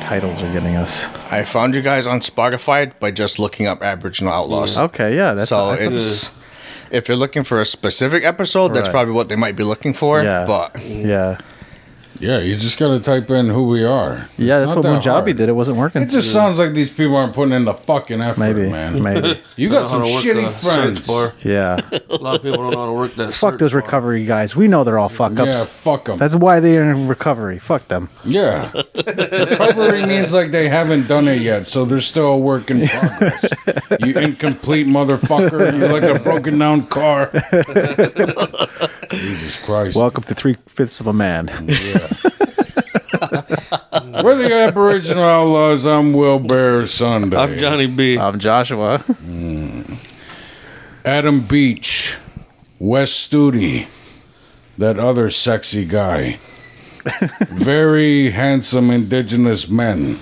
titles are getting us. I found you guys on Spotify by just looking up Aboriginal Outlaws. Okay, yeah, that's so I thought- it's if you're looking for a specific episode, that's Right. probably what they might be looking for. yeah, But yeah, Yeah, you just got to type in who we are. yeah. It's That's not what that Mujabi hard. did. It wasn't working. It just sounds like these people aren't putting in the fucking effort, maybe, man. maybe, You Don't got some know how to work shitty the search friends. bar. yeah. A lot of people don't know how to work that. Fuck search those bar. recovery guys. We know they're all fuck ups. Yeah, fuck them. That's why they're in recovery. Fuck them. Yeah. Recovery means like they haven't done it yet, so they're still a work in progress. you incomplete motherfucker. You're like a broken down car. Jesus Christ. Welcome to three fifths of a man. We're the Aboriginal Outlaws. I'm Will Bear Sunday. I'm Johnny B. I'm Joshua. Adam Beach, Wes Studi, that other sexy guy. Very handsome indigenous men,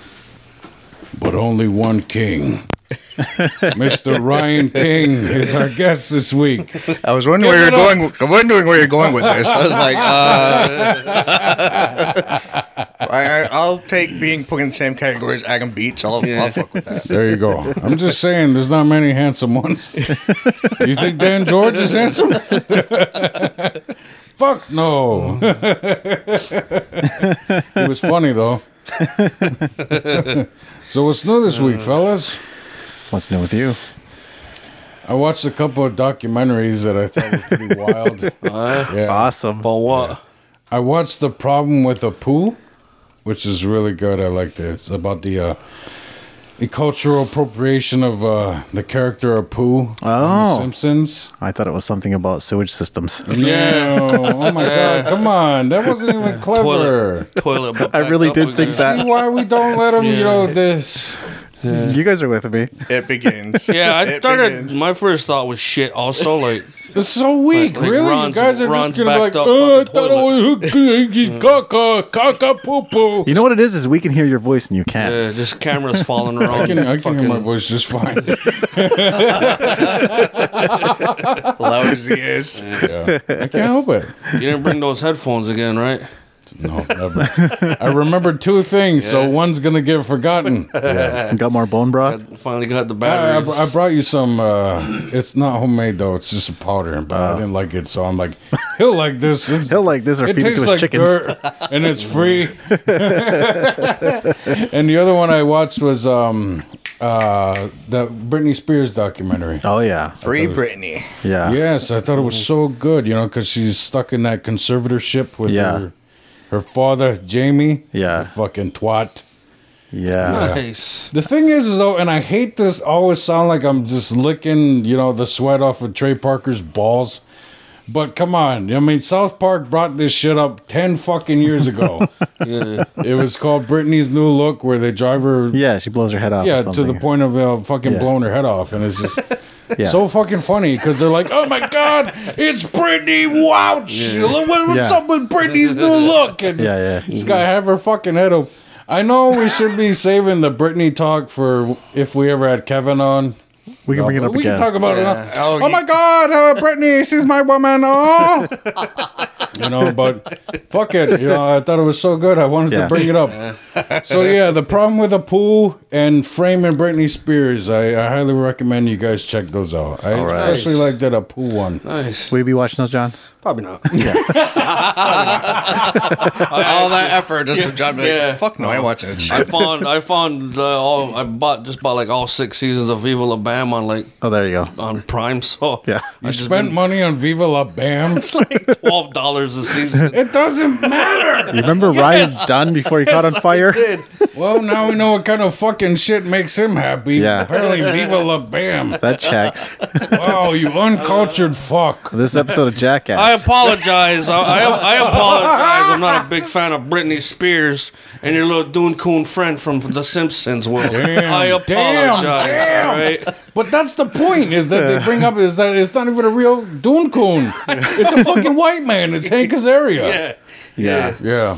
but only one king. Mr. Ryan King is our guest this week. I was wondering where you're going. I'm wondering where you're going with this. I was like, uh, I, I- I'll take being put in the same category as Agam Beats. I'll, I'll fuck with that. There you go. I'm just saying, there's not many handsome ones. You think Dan George is handsome? Fuck no. he was funny though. so what's new this week, fellas? What's new with you? I watched a couple of documentaries that I thought were pretty wild. yeah. Awesome. But what? I watched The Problem with a Poo, which is really good. I liked it. It's about the uh, the cultural appropriation of uh, the character of Pooh on Oh. The Simpsons. I thought it was something about sewage systems. Yeah. oh my god. Come on. That wasn't even clever. Toilet. Toilet. but I backed really up did think again. that. See why we don't let them, you know, this. You guys are with me. It begins. Yeah, I It started. begins. My first thought was shit. Also, like, It's so weak, Like- like really. Ron's- you guys are Ron's just gonna be like, backed up oh, I fucking thought it was caca, caca, poo poo. You know what it is? Is we can hear your voice and you can't. uh, just cameras falling around. I can, I can fucking, hear my voice just fine. Lousy is. Yeah. I can't help it. You didn't bring those headphones again, right? No, never. I remember two things, so one's gonna get forgotten. Got more bone broth. Finally got the I, I batteries. br- I brought you some. Uh, it's not homemade though. It's just a powder, but Uh. I didn't like it, so I'm like, he'll like this. It's- He'll like this or it feed it to tastes his like chickens. dirt, and it's free. and the other one I watched was um, uh, the Britney Spears documentary. Oh yeah, Free Britney. yeah, Yes, I thought it was so good, you know, because she's stuck in that conservatorship with Yeah. her, her father, Jamie. Yeah. You fucking twat. yeah. nice. The thing is, is though, and I hate this. I always sound like I'm just licking, you know, the sweat off of Trey Parker's balls. But come on, I mean, South Park brought this shit up ten fucking years ago. Yeah. it was called Britney's New Look, where they drive her, yeah, Yeah, she blows her head off. or to the something. point of uh, fucking Yeah. blowing her head off, and it's just Yeah. so fucking funny because they're like, "Oh my god, it's Britney! Wow, Sheila, what- what's Yeah. up with Britney's New Look?" And Yeah, yeah. this guy have her fucking head up. I know we should be saving the Britney talk for if we ever had Kevin on. we can bring it But up we again. can talk about it. Oh, Oh, you- my God, uh, Brittany, she's my woman. Oh, you know, but fuck it. You know, I thought it was so good. I wanted Yeah. to bring it up. So yeah, the problem with the pool and framing Britney Spears. I, I highly recommend you guys check those out. I right. especially like that a pool one. Nice. Will you be watching those, John? Probably not. All that effort just to John be like, Yeah. fuck no, I ain't watching it. I found I found uh, all I bought just bought like all six seasons of Viva La Bam on like Oh, there you go. on Prime. So Yeah. I You just spent money on Viva La Bam. it's like twelve dollars a season. It doesn't matter. You remember Ryan Dunn before he caught on fire? Dude, well, now we know what kind of fucking shit makes him happy. Yeah. Apparently, Viva La Bam. That checks. Wow, you uncultured fuck. This episode of I Jackass. apologize. I, I, I apologize. I'm not a big fan of Britney Spears and your little Dune Coon friend from The Simpsons. Well, Damn, I apologize. damn, damn. all right? But that's the point is that they bring up is that it's not even a real Dune Coon. It's a fucking white man. It's Hank Azaria. Yeah. Yeah. Yeah.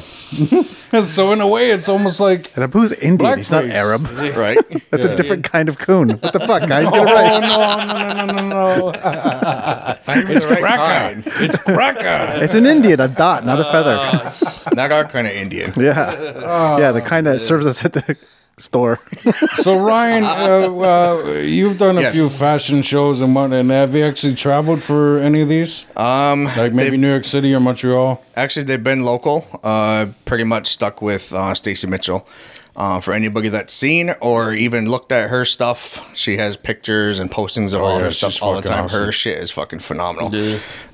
so in a way, it's almost like And Abu's Indian. He's not Blackface. Arab. right? That's a different kind of coon. What the fuck, guys? Get it oh right. no no no no no no. it's Cracker. It's cracker. It's an Indian, a dot, not a feather. Not our kind of Indian. Yeah. Yeah, the kind that serves us at the store. So Ryan, uh, uh, you've done a Yes. few fashion shows and whatnot. And have you actually traveled for any of these? Um, Like maybe New York City or Montreal? Actually, they've been local. Uh, pretty much stuck with uh, Stacy Mitchell. Uh, for anybody that's seen or even looked at her stuff, she has pictures and postings of all Oh, yeah, her she's stuff all the fucking time. awesome. Her shit is fucking phenomenal.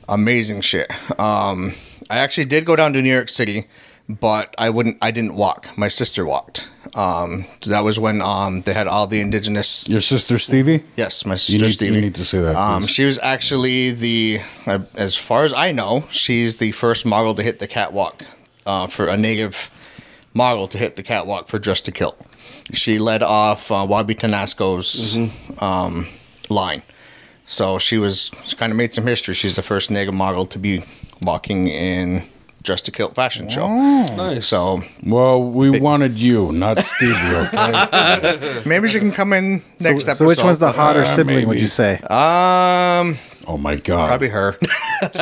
Amazing shit. Um, I actually did go down to New York City, but I wouldn't. I didn't walk. My sister walked. Um, that was when um, they had all the indigenous Your sister Stevie? Yes, my sister You need, Stevie. you need to say that. um, please. she was actually the, uh, as far as I know, she's the first model to hit the catwalk uh, for a native model to hit the catwalk for Just to Kill. She led off uh, Wabi Tanasco's Mm-hmm. um, line. So she was she kind of made some history. She's the first native model to be walking in Just to Kill fashion Oh. show. Nice. So well, we wanted you, not Stevie. Okay. maybe she can come in next so, episode. Ah. so which one's the hotter Uh, sibling, would maybe. you say? Um, oh my God. probably her.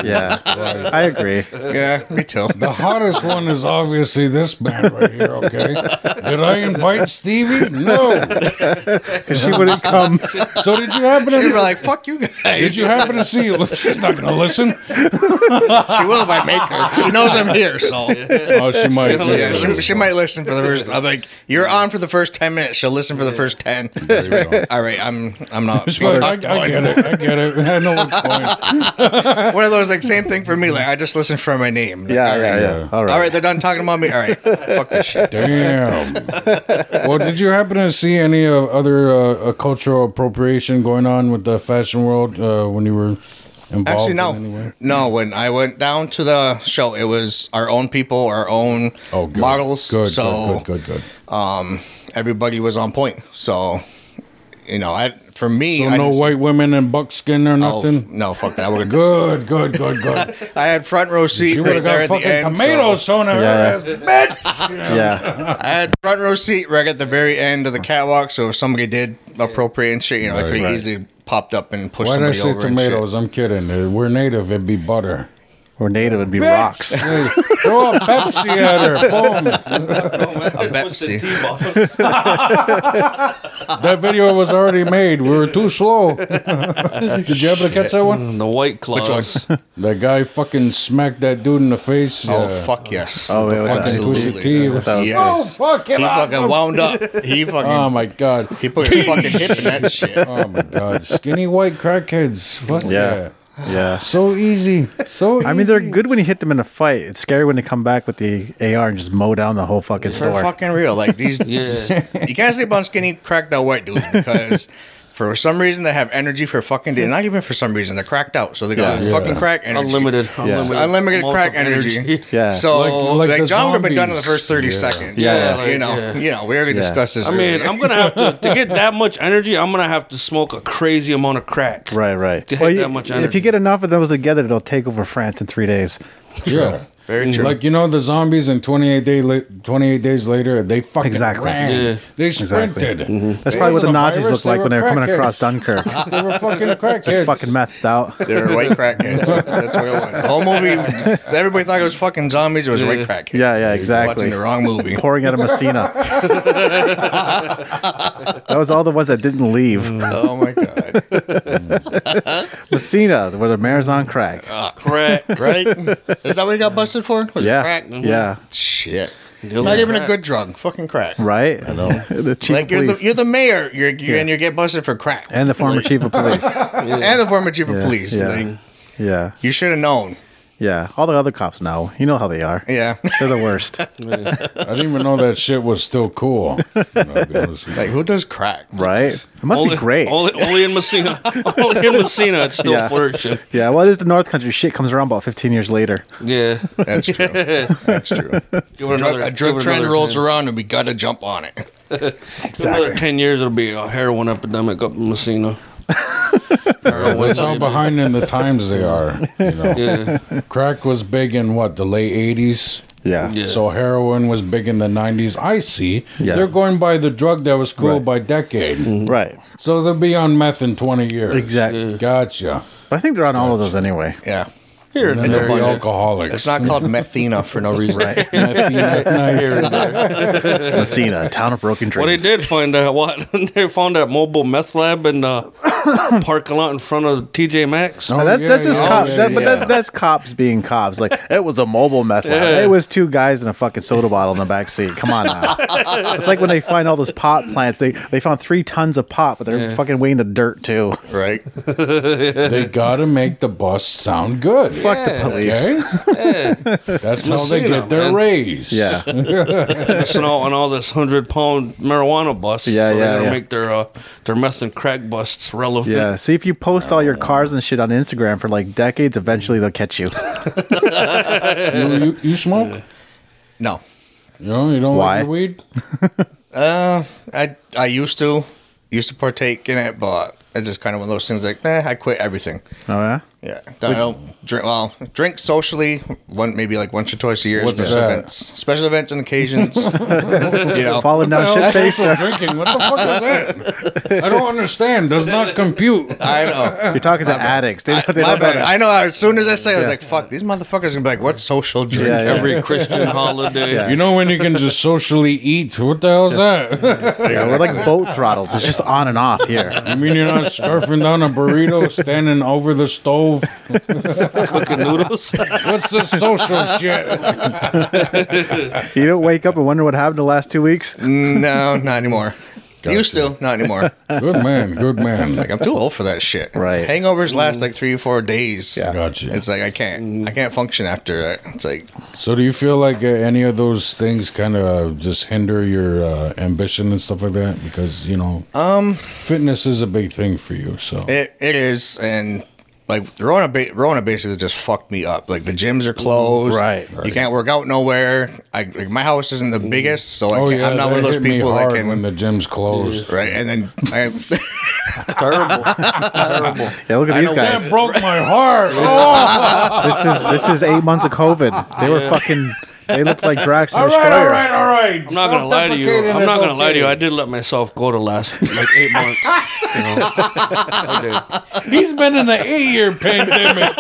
yeah. I agree. yeah, me too. The hottest one is obviously this man right here, okay? Did I invite Stevie? No. Because she wouldn't come. So did you happen You'd be to like, "Fuck you guys." did you happen to see she's not gonna listen? She will if I make her. She knows I'm here, so Oh she might yeah, she, she might listen for the first. I'm like, you're on for the first ten minutes. She'll listen for the first ten. All right, I'm I'm not. She's like, I, I get it, I get it. I know what's going One of those like same thing for me. Like I just listen for my name. Like, Yeah, all yeah, right. yeah. All right. All right, they're done talking about me. All right, fuck this shit. Damn. Well, did you happen to see any uh, other uh, uh, cultural appropriation going on with the fashion world uh, when you were involved? Actually, in any way? no, no. When I went down to the show, it was our own people, our own Oh, good. models. Good, so good, good, good, good. um, everybody was on point. So, you know, I for me, So I no didn't see- white women in buckskin or Oh, nothing. f- no, fuck that. We're good. Good, good, good, good. I had front row seat You would right have there got at the fucking end. so- tomatoes thrown at her ass. Yeah. I had front row seat right at the very end of the catwalk. So if somebody did appropriate and shit, you know, I Right. could have Right. easily popped up and pushed Why did I somebody say over. and shit. tomatoes? I'm kidding. Uh, We're native. It'd be butter. Or native would be rocks. Hey, throw a Pepsi at her. Boom. A Pepsi. That video was already made. We were too slow. Did you ever catch that one? The white claws. That guy fucking smacked that dude in the face. Oh yeah. fuck yes! Oh, yeah, with that. Fucking Pusha T. It was- That was- yes. Oh, fucking he awesome. fucking wound up. He fucking Oh my god. he put his fucking hip in that shit. Oh my god. Skinny white crackheads. Fuck yeah. Yeah. Yeah. So easy. So I mean, they're good when you hit them in a fight. It's scary when they come back with the AR and just mow down the whole fucking For store. fucking real, like these. You can't sleep on skinny cracked out white dudes because. For some reason, they have energy for fucking day. Not even for some reason, they're cracked out, so they got Yeah. fucking crack energy. Unlimited. It's Unlimited. unlimited amounts crack of energy. Yeah. So Like- like like, the John would have been done in the first zombies. thirty Yeah. seconds. Yeah, like, you know, yeah. you know, we already discussed this. I mean, I'm gonna have to to get that much energy. I'm gonna have to smoke a crazy amount of crack. Right, right. To hit you- that much if you energy. get enough of those together, it'll take over France in three days. Yeah. very true. Like you know the zombies in 28 day la- 28 days later they fucking Exactly. ran. Yeah. They sprinted. Mm-hmm. That's probably what wasn't the a Nazis virus, looked they like were when they were coming crackheads. across Dunkirk. They were fucking crackheads. Just fucking methed out. they were white crackheads. That's what it was. The whole movie, everybody thought it was fucking zombies. It was white crackheads. Yeah, yeah, You're exactly. Watching the wrong movie. Pouring out of Messina. that was all the ones that didn't leave. oh my god! Messina, where the mayor's on crack. Crack. Right? Is that what he got busted for? Was yeah. it crack? Yeah. Shit. Deal Not with even a crack. good drug. Fucking crack. Right? I know. the chief Like of you're the police. you're the mayor. You're, you and you get busted for crack. and the former chief of police. Yeah. and the former chief of police. Yeah. Like, yeah. you should have known. Yeah. All the other cops know. You know how they are. Yeah. They're the worst. I didn't even know that shit was still cool. Like who does crack? Right? It must be great. Only, only in Messina. only in Messina. It's still Yeah. flourishing. Yeah, well, it is the North Country. Shit comes around about 15 years later. Yeah. That's true. That's true. Give it Drug, a give drug it trend another rolls 10. around and we gotta jump on it. Give it Another ten years, it'll be a heroin epidemic up in Messina. That's how behind in the times they are. You know? Yeah. Crack was big in what the late eighties. Yeah. Yeah. So heroin was big in the nineties. I see. Yeah. They're going by the drug that was cool Right. Mm-hmm. by decade. Right. So they'll be on meth in twenty years. Exactly. Gotcha. But I think they're on all of those anyway. Yeah. Here and And then It's a they're blunder. alcoholics. It's not called methina for no reason. Right. Methine, nice. Messina, town of broken dreams. Well, they did find that what they found that mobile meth lab in the parking lot in front of TJ Maxx. No, Now, that, Oh, yeah, that's just yeah, cops. yeah, that, but yeah. that, that's cops being cops. Like it was a mobile meth lab. Yeah. It was two guys in a fucking soda bottle in the back seat. Come on now. it's like when they find all those pot plants. They they found three tons of pot, but they're fucking weighing the dirt too. Right. They gotta make the bus sound good. Fuck the police. Okay. That's how they Messina, get their man. raise. Yeah. That's an all, on all this hundred pound marijuana busts. Yeah, so yeah, They're gonna yeah. make their uh, their meth and crack busts relevant. Yeah. See if you post all your cars and shit on Instagram for like decades, eventually they'll catch you. Oh, You, you, you smoke? No. You know, you don't Why? like your weed? Uh, I I used to used to partake in it, but it's just kind of one of those things like, eh, I quit everything. Oh yeah. Yeah, I don't drink. Well, drink socially, one maybe like once or twice a year. What's special that? events, special events and occasions. you know, Falling What down the shit face. hell's social drinking? What the fuck is that? I don't understand. Does not compute. I know. You're talking to addicts. They, don't- they My don't know bad. that. I know. As soon as I say, it, I was like, "Fuck, these motherfuckers are gonna be like, what social drink?" Yeah, yeah. Every Christian holiday. Yeah. You know when you can just socially eat? What the hell's that? Yeah, we're like boat throttles. It's just on and off here. I mean, you're not scarfing down a burrito, standing over the stove. Cooking noodles. What's the social shit? You don't wake up and wonder what happened the last two weeks. No, not anymore. Used to, not anymore. Good man, good man. Like I'm too old for that shit. Right. Hangovers last like three or four days. Gotcha. It's like I can't, I can't function after that. It's like So, do you feel like uh, any of those things kind of just hinder your uh, ambition and stuff like that? Because you know, um, fitness is a big thing for you. So, It, it is, and like Rona, ba- Rona basically just fucked me up. Like the gyms are closed, Right, You can't work out nowhere. I like, my house isn't the biggest, so I can't, I'm not that one of those Oh, hit me people that hard can. when the gym's closed. right, and then I, Terrible. Terrible. Yeah, look at I these know guys. That broke my heart. Oh, This is this is eight months of COVID. They were fucking. They looked like Drax and all right, all Destroyer. right, all right. I'm not gonna lie to you. I'm not gonna lie to you. I did let myself go to last like eight months. You know? I He's been in an eight-year pandemic.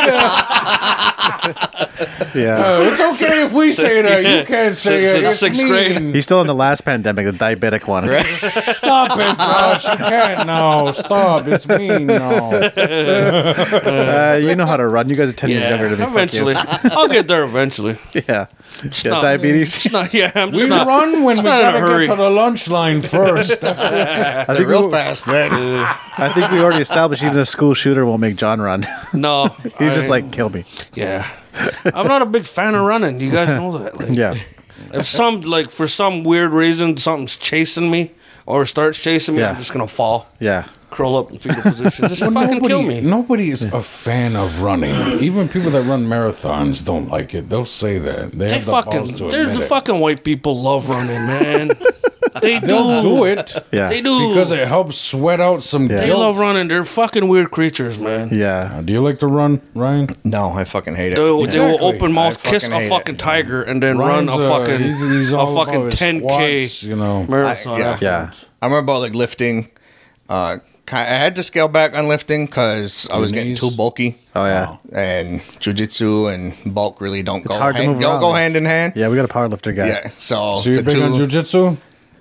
Yeah. Uh, it's okay if we say that. You can't say Since- it. since It's sixth mean. He's still in the last pandemic, the diabetic one. Stop it, Josh. You can't now. Stop. It's mean now. Uh, you know how to run. You guys are ten did. years younger Yeah. than me. Fuck you. Eventually, I'll get there. Eventually. Yeah. Yeah, not- diabetes. It's not. Yeah. I'm just We not. run when we it's not in a gotta hurry. get to the lunch line first. That's I think, real we, fast then. I think we already established even a school shooter won't make John run. No. He's just I- like kill me. Yeah. I'm not a big fan of running. You guys know that. Like, Yeah. If some like for some weird reason something's chasing me or starts chasing me, Yeah. I'm just gonna fall, Yeah. curl up in fetal position, just fucking kill me. Nobody is a fan of running. Even people that run marathons don't like it. They'll say that. They, They have the balls fucking, to they're admit the it. fucking white people love running, man. they do. They'll do it Yeah. They do. because it helps sweat out some Yeah. guilt. they love running. They're fucking weird creatures, man. Yeah. Do you like to run, Ryan? No, I fucking hate They will, it. they will Exactly. open mouth I kiss fucking hate a it. fucking tiger and then run Ryan's, a uh, fucking he's- he's a all fucking about his 10k squats, you know. marathon. I- yeah. Yeah. I remember about like lifting. Uh, ki- I had to scale back on lifting because I was getting knees? too bulky. Oh yeah. And jujitsu and bulk really don't go hard to hand, move don't around. go hand in hand. Yeah. We got a powerlifter guy. Yeah, so, So you're the big on two- jujitsu?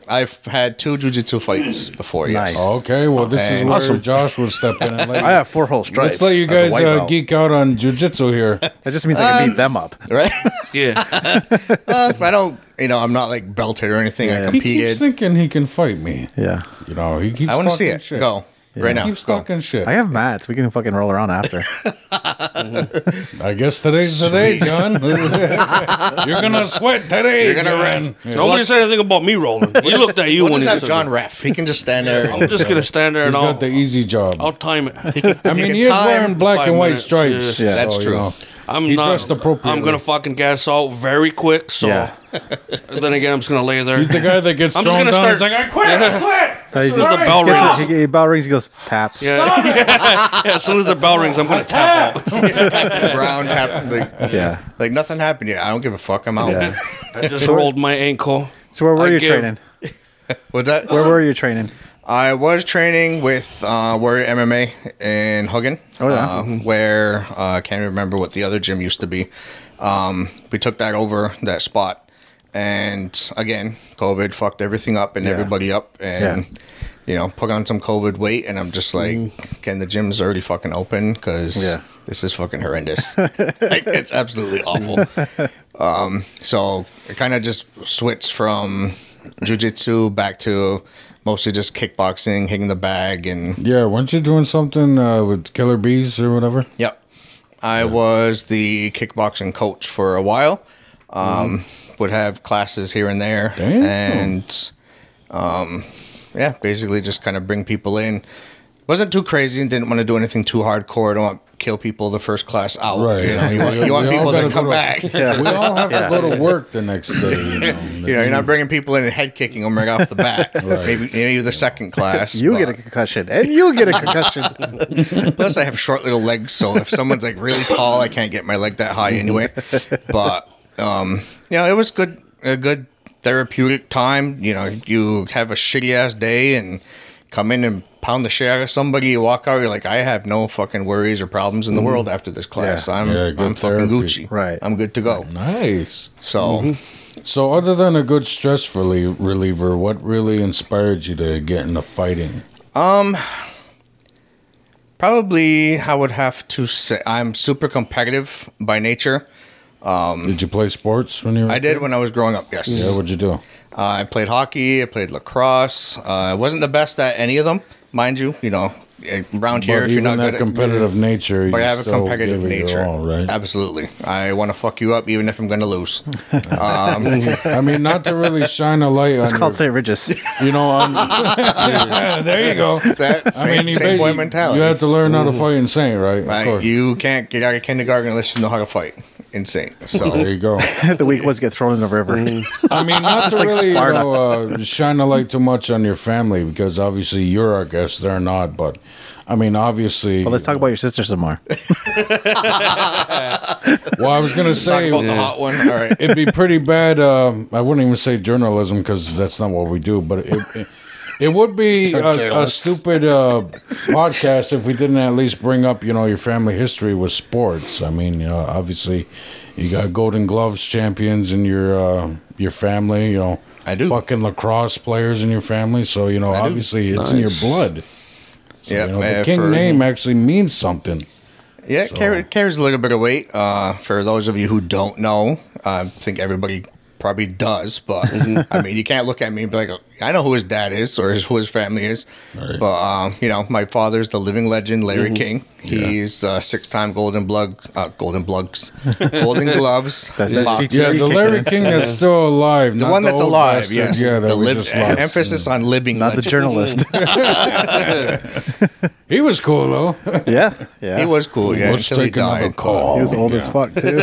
I've had two jujitsu fights before. Yes. Nice. Okay, well, this is And- where Awesome. Josh will step in. And let I you- have four whole stripes. Let's let you as a guys white uh, belt. geek out on jujitsu here. That just means I can beat them up. Right? Yeah. Uh, if I don't, you know, I'm not like belted or anything. I He keeps competed. thinking he can fight me. Yeah. You know, he keeps. I want to see talking it. Shit. Go right now. He keeps Go. talking shit. I have mats. We can fucking roll around after. I guess today's the day, John. You're gonna sweat today. You're gonna John. run. Nobody said anything about me rolling. He looked at you We'll when just he have said John that. ref. He can just stand there. I'm just gonna stand there He's and got the I'll, easy job. I'll time it. I mean, can he is time wearing black five and white minutes, stripes. yeah. Yeah. That's you true. know. I'm He not. dressed appropriately. I'm gonna fucking gas out very quick. So Yeah. then again, I'm just gonna lay there. He's the guy that gets I'm thrown just down. gonna He's like, start- I quit, I quit. He the bell gets rings. it- he, he bell rings. He goes taps. yeah. yeah, as soon as the bell rings, I'm gonna tap out. The ground happened. Like, Yeah. like nothing happened yet. I don't give a fuck. I'm out. Yeah. I just rolled my ankle. So where were I you give- training? What's that? Where were you training? I was training with uh, Warrior MMA in Huggin, Oh, yeah. uh, where uh, I can't remember what the other gym used to be. Um, we took that over that spot, and again, COVID fucked everything up and Yeah. everybody up, and you know, put on some COVID weight, and I'm just like, can the gym's already fucking open? Because Yeah. this is fucking horrendous. like, it's absolutely awful. Um, so it kind of just switched from jujitsu back to mostly just kickboxing, hitting the bag, and Yeah, weren't you doing something uh, with killer bees or whatever? yep. I was the kickboxing coach for a while. Um, Would have classes here and there, Mm-hmm. Damn. and um, yeah, basically just kind of bring people in. Wasn't too crazy and didn't want to do anything too hardcore. Don't want to kill people the first class out. Right. You, know, you want, We- you want we all people gotta to go come to- back. We all have to go to work the next day. You know, You know, you're not bringing people in and head kicking them right off the bat. Maybe maybe the second class. You get a but- concussion, and you get a concussion. Plus, I have short little legs, so if someone's like really tall, I can't get my leg that high anyway. But um, you know, it was good, a good therapeutic time. You know, you have a shitty ass day and come in and pound the shit out of somebody. You walk out, you're like, I have no fucking worries or problems in the world after this class. Yeah. I'm, Mm-hmm. Yeah, good I'm fucking therapy. Mm-hmm. Gucci. Right. I'm good to go. nice. So. So, other than a good stress relie- reliever, what really inspired you to get into fighting? Probably, I would have to say I'm super competitive by nature. Did you play sports when you were? Um, I did when I was growing up. Yes, Yeah, what'd you do? uh, I played hockey. I played lacrosse. Uh, I wasn't the best at any of them, mind you. You know, eh, around here, But if you're even not that good, at, competitive nature, you but I have a still competitive give it your nature. all, right? Absolutely, I want to fuck you up, even if I'm going to lose. um, I mean, not to really shine a light It's on called your, St. Regis. you know. On, there you go. that same, ba- same boy mentality. You have to learn how to fight and sing, right? Of like, course. you can't get out of kindergarten unless you know how to fight. Insane. there So you go. the weak ones get thrown in the river. I mean, not to like really you Sparta. know, uh, shine a light too much on your family because obviously you're our guest, they're not. But I mean, obviously. Well, let's talk about your sister some more. Well, I was gonna talk say about the hot one. All right. it'd be pretty bad. Um, I wouldn't even say journalism because that's not what we do. But it, it, it would be a, a journalists. stupid uh, podcast if we didn't at least bring up, you know, your family history with sports. I mean, uh, obviously, you got Golden Gloves champions in your uh, your family. You know, I do. fucking lacrosse players in your family. So you know, obviously, it's in your blood. So, Yeah, you know, uh, the king for- name actually means something. Yeah, it carry, carries a little bit of weight. Uh, for those of you who don't know, uh, I think everybody probably does, but I mean, you can't look at me and be like, I know who his dad is or who his family is. But, um, you know, my father's the living legend, Larry King. He's uh, six time Golden Blug, uh, Golden Blugs, Golden Gloves. That's that box- CTE Yeah, the kicking Larry in. King that's still alive. the one that's alive, yes. Yeah, that the we liv- just lost. emphasis on living Not the legend. journalist. He was cool though. yeah, yeah. He was cool, yeah. Let's until he take another died. call. He was old as fuck too.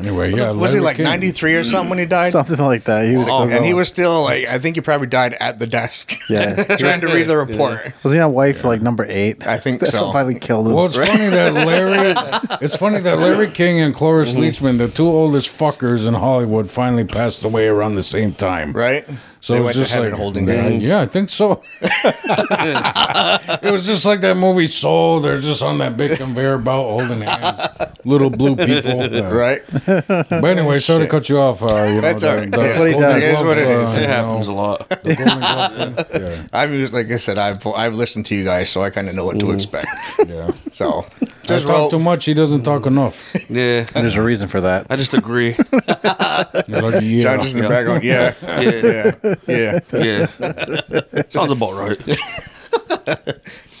Anyway, yeah. Was he Larry like King. 93 or something when he died? Something like that. He was Oh, still and he going. was still like, I think he probably died at the desk. Yeah. trying to read the report. Was he on wife like number eight? I think That's so. what finally killed him. Well, it's funny that Larry. it's funny that Larry King and Cloris Mm-hmm. Leachman, the two oldest fuckers in Hollywood, finally passed away around the same time. Right? So they it was went just to like heaven holding yeah, hands. Yeah, I think so. it was just like that movie Soul. They're just on that big conveyor belt holding hands, little blue people. Yeah. Right? But anyway, sorry to cut you off. Uh, you That's know, all the- right. the That's what he Golden does. It is what it Glove, is. uh, It you It know, happens a lot. the Golden Glove thing. Yeah. I've used, like I said, I've I've listened to you guys, so I kind of know what to expect. Yeah. So I just roll. talk too much. He doesn't talk enough. Yeah, There's a reason for that. I just agree. He's like, yeah. John just in the Yeah. background. Yeah, Yeah, yeah, yeah. yeah. Sounds about right.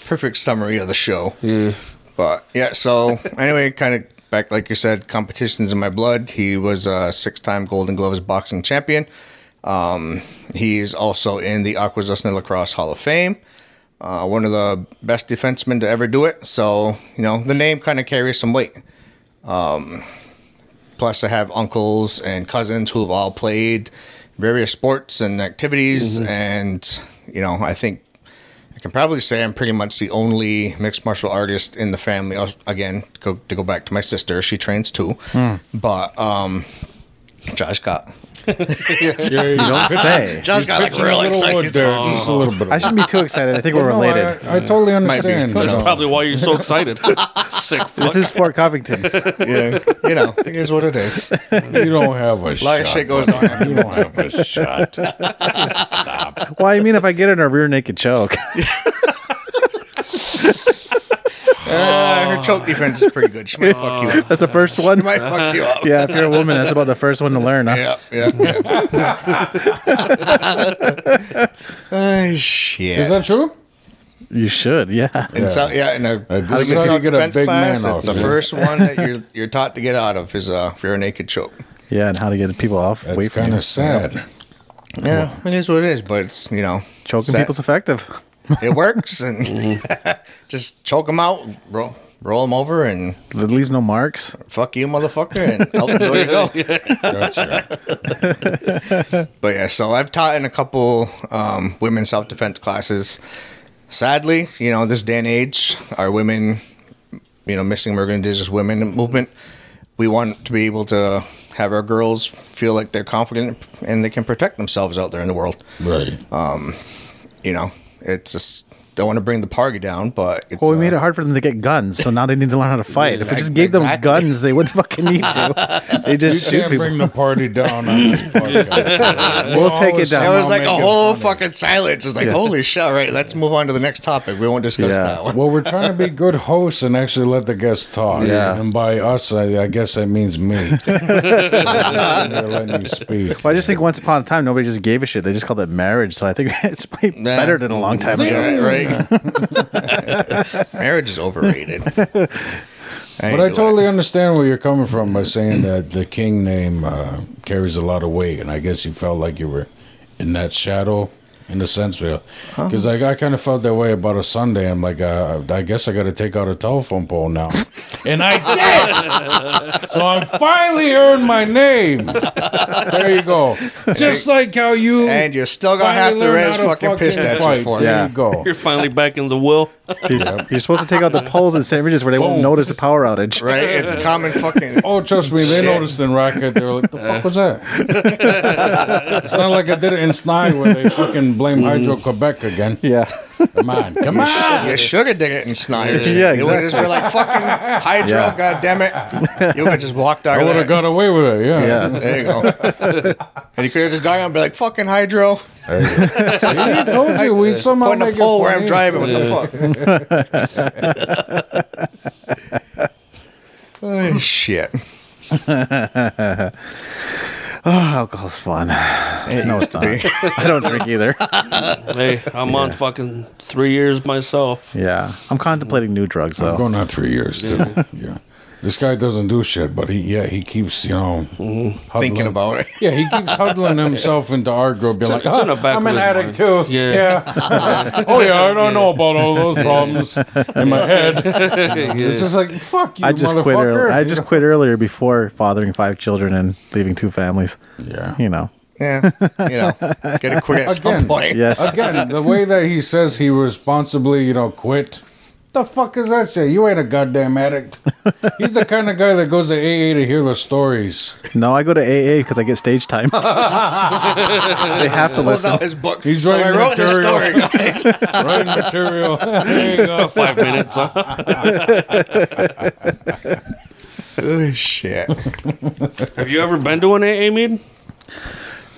Perfect summary of the show. But yeah, so anyway, kind of back like you said, competitions in my blood. He was a six-time Golden Gloves boxing champion. Um, he's also in the Aquazusna Lacrosse Hall of Fame. Uh, one of the best defensemen to ever do it. So you know the name kind of carries some weight. Um, Plus, I have uncles and cousins who have all played various sports and activities, and you know, I think I can probably say I'm pretty much the only mixed martial artist in the family. Oh, Again, to go, to go back to my sister, she trains too, Hmm. but um, Josh got Yeah, you Don't say. Josh got like pitching real a little wood excited. there, just a little bit. I shouldn't be too excited. I think we're No, I- related. I, totally be. understand. That's though. Probably why you're so excited. Sick fuck. This is Fort Covington. yeah, you know, it is what it is. You don't have a lot shot. of shit goes buddy. You don't have a shot. Just stop. Well, I mean, if I get in a rear naked choke, Uh, her choke defense is pretty good. She might fuck you up. that's the first She one. might fuck you up. Yeah, if you're a woman, that's about the first one to learn. Huh? Yeah, yeah, yeah. Ah, shit. Is that true? You should. Yeah. In self, yeah, in a, Uh, in this is how you get a self-defense big man class, off, it's the yeah. first one that you're you're taught to get out of is uh, if you're a naked choke. Yeah, and how to get people off. That's Wait for kind you. of sad. Yeah, it is what it is, but it's you know Choking set. people's effective. It works, and just choke them out, roll roll them over, and It leaves no marks. fuck you, motherfucker, and out the door you go. Gotcha. But yeah, so I've taught in a couple um, women's self defense classes. Sadly, you know, this day and age, our women, you know, missing American Indigenous women movement, we want to be able to have our girls feel like they're confident and they can protect themselves out there in the world. Um, Right. You know, it's just don't want to bring the party down, but it's, Well, we uh, made it hard for them to get guns, so now they need to learn how to fight. If we just gave them Exactly. guns, they wouldn't fucking need to. They you just shoot can't people. bring the party down on this podcast. We'll take it down. It was like a Make it whole funny. fucking silence. It's like, Yeah. holy shit, all right, let's move on to the next topic. We won't discuss Yeah. that one. Well, we're trying to be good hosts and actually let the guests talk. Yeah. And by us, I, I guess that means me. I'm just sitting there letting you speak. Well, I just think once upon a time nobody just gave a shit. They just called it marriage. So I think it's probably Nah. better than a long time ago. Yeah, right. Marriage is overrated. But I totally understand where you're coming from by saying that the king name uh, carries a lot of weight, and I guess you felt like you were in that shadow in a sense, real. Because like, I kind of felt that way about a Sunday. I'm like, uh, I guess I got to take out a telephone pole now, and I did. so I finally earned my name. There you go. Just like how you And you're still gonna finally have to learned raise how to fucking pissed at you fight. for it. Yeah. There you go. You're finally back in the will. You're supposed to take out the poles in St. Regis where they won't Boom. notice a power outage. Right? It's common fucking. Oh, trust me, they Shit. noticed in Rocket. They were like, "The fuck was that?" it's not like I did it in Snide where they fucking blame Mm-hmm. Hydro Quebec again. Yeah. Come on, come You on. should have did it in Snyder. Yeah, You would just been like, fucking Hydro, Yeah. goddammit. You would have just walked out I of would there. have got away with it. Yeah. Yeah. There you go. and you could have just gone out and be like, fucking Hydro, I told you we somehow putting make a it pole where I'm funny. driving. What the fuck? oh, shit. Oh, alcohol's fun. No, it's not. I don't drink either. Hey, I'm on fucking three years myself. Yeah. I'm contemplating new drugs, I'm though. going on three years too. Yeah. This guy doesn't do shit, but he yeah he keeps you know Mm-hmm. huddling- Thinking about it. Yeah, he keeps huddling himself into our group, being in- like, it's in the "Ah, back "I'm of an his addict mind." too." Yeah. yeah. oh yeah, I don't know about all those problems in my head. It's Yeah. just like fuck you, I just quit. motherfucker. Early. I just quit earlier before fathering five children and leaving two families. Yeah. You know. Yeah, you know, get a quit at some Again. point. Yes. Again, the way that he says he responsibly, you know, quit. The fuck is that shit? You ain't a goddamn addict. He's the kind of guy that goes to AA to hear the stories. No, I go to AA because I get stage time. they have to Pulls listen. out his book. He's so I writing wrote this story, material. guys. Writing material. There you go. Five minutes. huh? oh shit! Have you ever been to an AA meeting?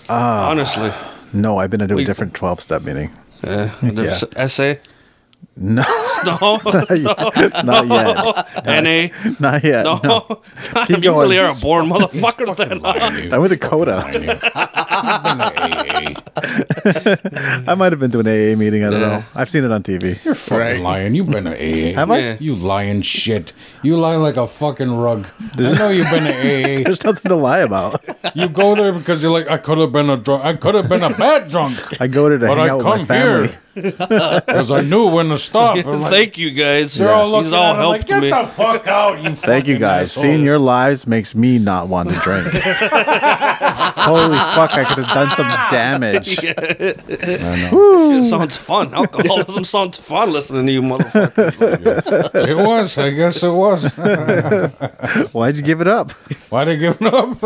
Uh, Honestly. No, I've been to a We- different 12 step meeting. Yeah. The s- Essay? No, No. not yet. NA? Not yet. No. no. you going. really are a born motherfucker then. I went to Coda. I might have been to an AA meeting. I don't Yeah. know. I've seen it on TV. You're fucking Right. lying. You've been to AA. Have I? Yeah. You lying shit. You lie like a fucking rug. I know you've been to AA. There's nothing to lie about. You go there because you're like, I could have been a drunk. I could have been a bad drunk. I go there to But hang I out with come my family. here because I knew when the stuff. I'm like, Thank you guys. they're all looking He's all at him like, helped get me. the fuck out, you Thank you fucking guys. asshole." Seeing your lives makes me not want to drink. Holy fuck, I could have done some damage. Shit sounds fun. Alcoholism sounds fun listening to you motherfucker. It was. I guess it was. Why'd you give it up? Why'd I give it up?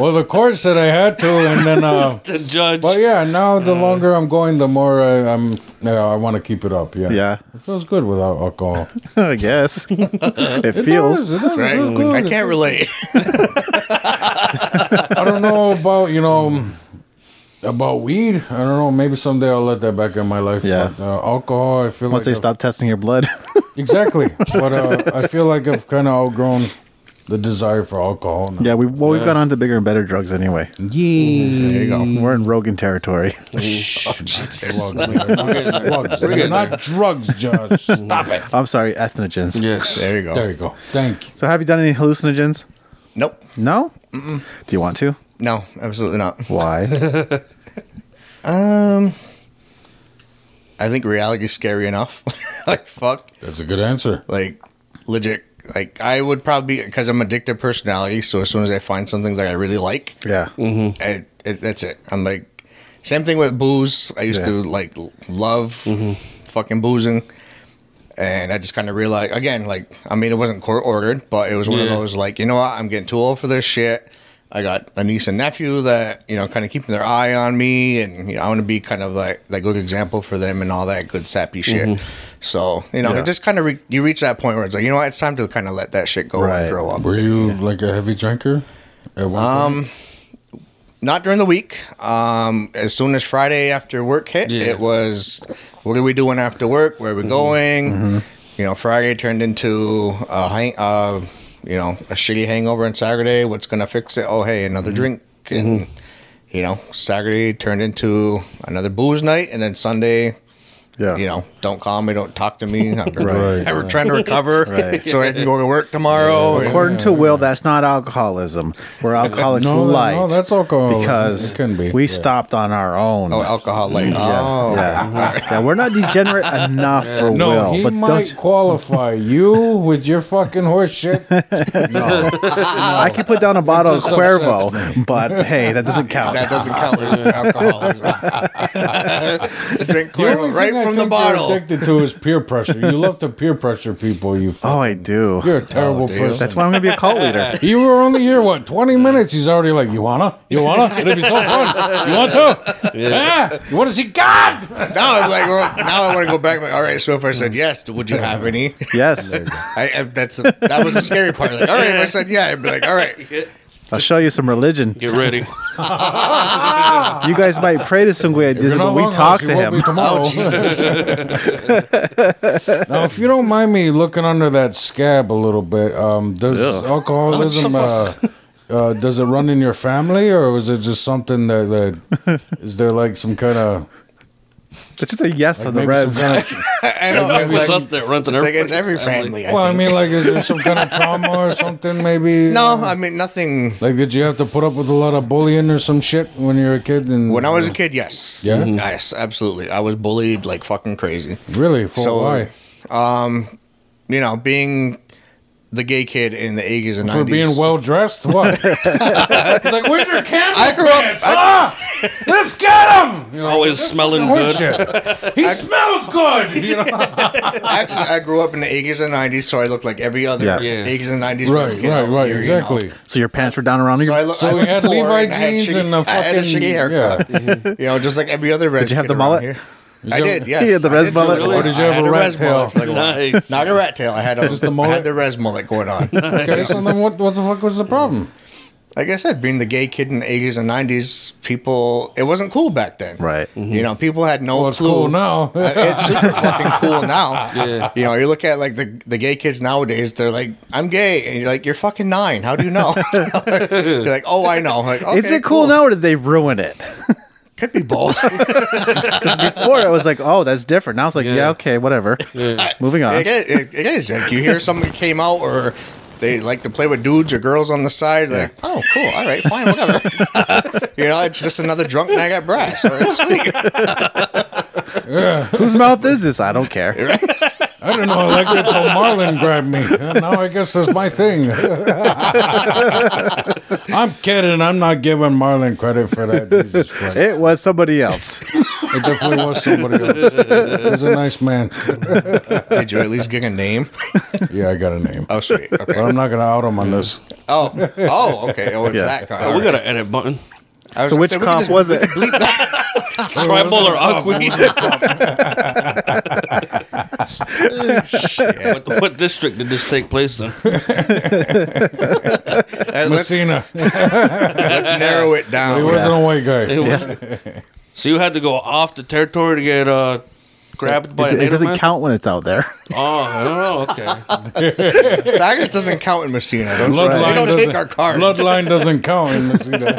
well, the court said I had to, and then. Uh, The judge. but yeah, now the longer I'm going, the more I, I'm. Yeah, I want to keep it up. Yeah. Yeah, It feels good without alcohol. I guess. It feels. It does, it does, it Right? feels good. Oh, I can't relate. I don't know about you know about weed. I don't know. Maybe someday I'll let that back in my life. Yeah. But, uh, alcohol. I feel Once like they I've- stop testing your blood. exactly. But uh, I feel like I've kind of outgrown the desire for alcohol. Now. Yeah, we well we've gone on to bigger and better drugs anyway. There you go. We're in Rogan territory. Oh, Jesus. Drugs. They're not drugs. We're They're getting not drugs, Josh. Stop it. I'm sorry, ethnogens. Yes. There you go. There you go. Thank you. So have you done any hallucinogens? Nope. No. Mm-mm. Do you want to? No, absolutely not. Why? I think reality's scary enough. like fuck. That's a good answer. Like legit. Like I would probably because I'm addictive personality. So as soon as I find something that I really like, yeah. I, it, that's it. I'm like, same thing with booze. I used Yeah. Mm-hmm. to like l- love fucking boozing, and I just kind of realized again, like, I mean, it wasn't court ordered, but it was one of Yeah. those like, you know what, I'm getting too old for this shit. I got a niece and nephew that you know kind of keeping their eye on me, and you know I want to be kind of like that good example for them and all that good sappy shit. So you know, Mm-hmm. Yeah. it just kind of re- you reach that point where it's like, you know what, it's time to kind of let that shit go Right. and grow up. Were you like a heavy drinker? At one um, not during the week. Um, as soon as Friday after work hit, Yeah. it was what are we doing after work? Where are we Mm-hmm. going? You know, Friday turned into a hang, uh, you know, a shitty hangover on Saturday. What's gonna fix it? Oh, hey, Mm-hmm. another drink. And you know, Saturday turned into another booze night, and then Sunday. Yeah. You know, don't call me, don't talk to me. I'm Right. ever trying to recover Right. so I can go to work tomorrow. and- According to Will, that's not alcoholism. We're alcoholics No, that- light. no, that's alcoholism. Because It can be, we yeah. stopped on our own. Oh, alcohol like yeah, oh yeah. yeah, we're not degenerate enough for no, Will, he but might don't qualify you with your fucking horse shit. I can put down a bottle of just upsets Cuervo, but hey, that doesn't count. That doesn't count as alcoholism. Drink The Cuervo only right thing I from the think you're bottle. Addicted to is peer pressure. You love to peer pressure people. You. oh, Fuck. I do. You're a terrible do you? person. That's why I'm gonna be a cult leader. You were only here what twenty minutes? He's already like, you wanna, you wanna? It'll be so fun. You want to? Yeah. You want to see God? Now I'm like, well, now I want to go back. Like, all right, so if I said yes, would you have any? Yes, I, I, that's that was the scary part. Like, all right, if I said yeah, I'd be like, all right, I'll show you some religion. Get ready. You guys might pray to some weird You're Jesus, not but we long, talk Ross. to You won't him. be tomorrow. Oh, now, if you don't mind me looking under that scab a little bit, um, does alcoholism? uh, uh, does it run in your family, or was it just something that, that is there like some kind of It's just a yes on the maybe reds. some kind of I know. It's Who's like, up there runs an it's like it's every family. I well, I think. mean, like, is there some kind of trauma or something? Maybe no, I mean nothing. Like, did you have to put up with a lot of bullying or some shit when you were a kid? And When I was a kid, yes, Mm-hmm. Yeah? Mm-hmm. yes, absolutely. I was bullied like fucking crazy. really for So, why You know, being the gay kid in the eighties and for nineties being well dressed, what? It's like, where's your camera? I grew up- pants? I- ah, let's get him. You're like, Always smelling "Holy good. shit. He smells good. You know? Actually, I grew up in the 80s and 90s, so I looked like every other Yeah. Yeah. 80s and 90s. right, kid right, out right. here, you Exactly. know. So your pants were down around So your. I, look, So I we looked had poor Levi and I had jeans shitty- and a I had a fucking- shitty haircut. You know, just like every other res you have kid the around mullet? here. Did I you did, have- yes. He had the I res did mullet? really- Or did you I have had a rat res mullet tail? for like a while. Nice. Not a rat tail. I had a, Just the I mullet? had the res mullet going on. Okay, so then what, what the fuck was the problem? like I said, being the gay kid in the 80s and 90s, people, it wasn't cool back then. Right. You know, people had no Well, it's clue. cool now. Uh, it's super fucking cool now. You know, you look at like the, the gay kids nowadays, they're like, I'm gay. And you're like, you're fucking nine. How do you know? you're like, oh, I know. I'm like, okay, Is it cool, now, or did they ruin it? Could be both. Before I was like, oh, that's different. Now it's like, yeah, Yeah. okay, whatever. Moving on. it, is, it, it is. Like, you hear somebody came out or they like to play with dudes or girls on the side. Like, oh, cool. All right, fine, whatever. you know, it's just another drunk night at Brass. All right, sweet. Whose mouth is this? I don't care. I don't know. I like that till Marlin grabbed me. Uh, Now I guess that's my thing. I'm kidding. I'm not giving Marlin credit for that. Jesus Christ. It It was somebody else. definitely was somebody else. He was a nice man. Did you at least get a name? Yeah, I got a name. Oh, sweet. But Okay. I'm not going to out him on this. Oh, oh, okay. Oh, it's Yeah. that car. Oh, we got an edit button. So which cop was it? Tribal or Aqui? what, what district did this take place in? uh, Let's, Messina. He let's narrow it down. wasn't a white It guy. was- so you had to go off the territory to get uh, grabbed by It, a native it doesn't man? count when it's out there. Oh, oh, okay. Staggers doesn't count in Messina. Don't you? Bloodline They don't doesn't- take our cards. Bloodline doesn't count in Messina.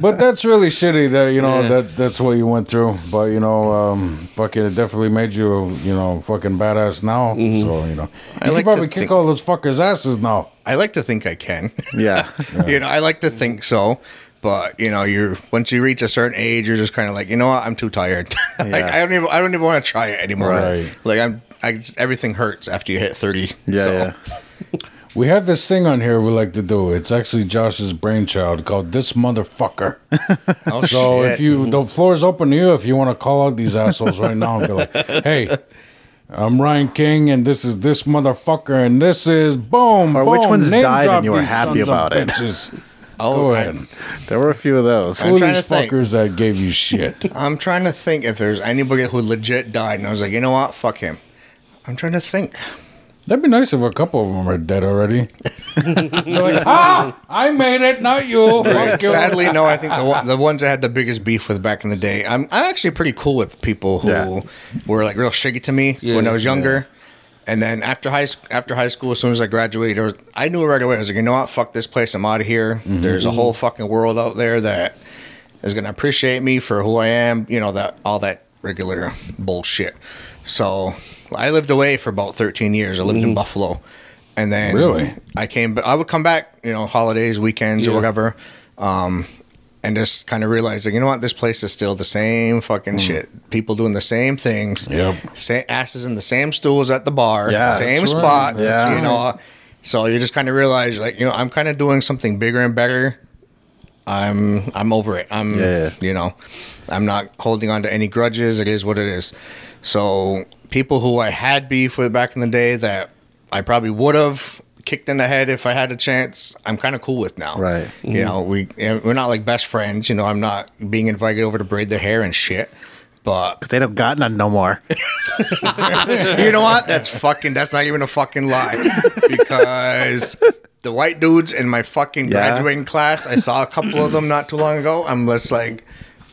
but that's really shitty that you know that that's what you went through. But you know, um, fucking, it definitely made you you know fucking badass now. So you know, you Mm-hmm. like can probably to kick think- all those fuckers' asses now. I like to think I can. Yeah. you know, I like to think so. But you know, you're once you reach a certain age, you're just kind of like, you know what? I'm too tired. like Yeah. I don't even I don't even want to try it anymore. Right. Like I'm, I just- everything hurts after you hit thirty. Yeah. so. yeah. We have this thing on here we like to do. It's actually Josh's brainchild called "This Motherfucker." Oh, So shit. if you, the floor is open to you if you want to call out these assholes right now and be like, "Hey, I'm Ryan King, and this is this motherfucker, and this is boom." Or which boom, ones name died and drop you were these happy sons of about it? bitches." I'll- Go I- ahead. There were a few of those. Who are trying these to think. fuckers that gave you shit? I'm trying to think if there's anybody who legit died, and I was like, you know what? Fuck him. I'm trying to think. That'd be nice if a couple of them are dead already. They're like, ah, I made it, not you. Fuck you. Sadly, no. I think the one, the ones I had the biggest beef with back in the day. I'm I'm actually pretty cool with people who Yeah. were like real shiggy to me when I was younger. And then after high sc- after high school, as soon as I graduated, I, was, I knew right away. I was like, you know what? Fuck this place. I'm out of here. There's a whole fucking world out there that is going to appreciate me for who I am. You know that all that regular bullshit. So I lived away for about 13 years. I lived in Buffalo, and then Really? I came, but I would come back, you know, holidays, weekends, or Yeah. whatever, um, and just kind of realize, like, you know what, this place is still the same fucking shit. People doing the same things. Yep. Sa- asses in the same stools at the bar. Yeah, same that's right, spots. that's You know. So you just kind of realize, like, you know, I'm kind of doing something bigger and better. I'm I'm over it. I'm Yeah. you know, I'm not holding on to any grudges. It is what it is. So people who I had beef with back in the day that I probably would have kicked in the head if I had a chance, I'm kind of cool with now. Right. Hmm. You know, we and we're not like best friends. You know, I'm not being invited over to braid their hair and shit. But They don't got none no more. you know what? That's fucking. That's not even a fucking lie because the white dudes in my fucking Yeah. graduating class. I saw a couple of them not too long ago. I'm just like,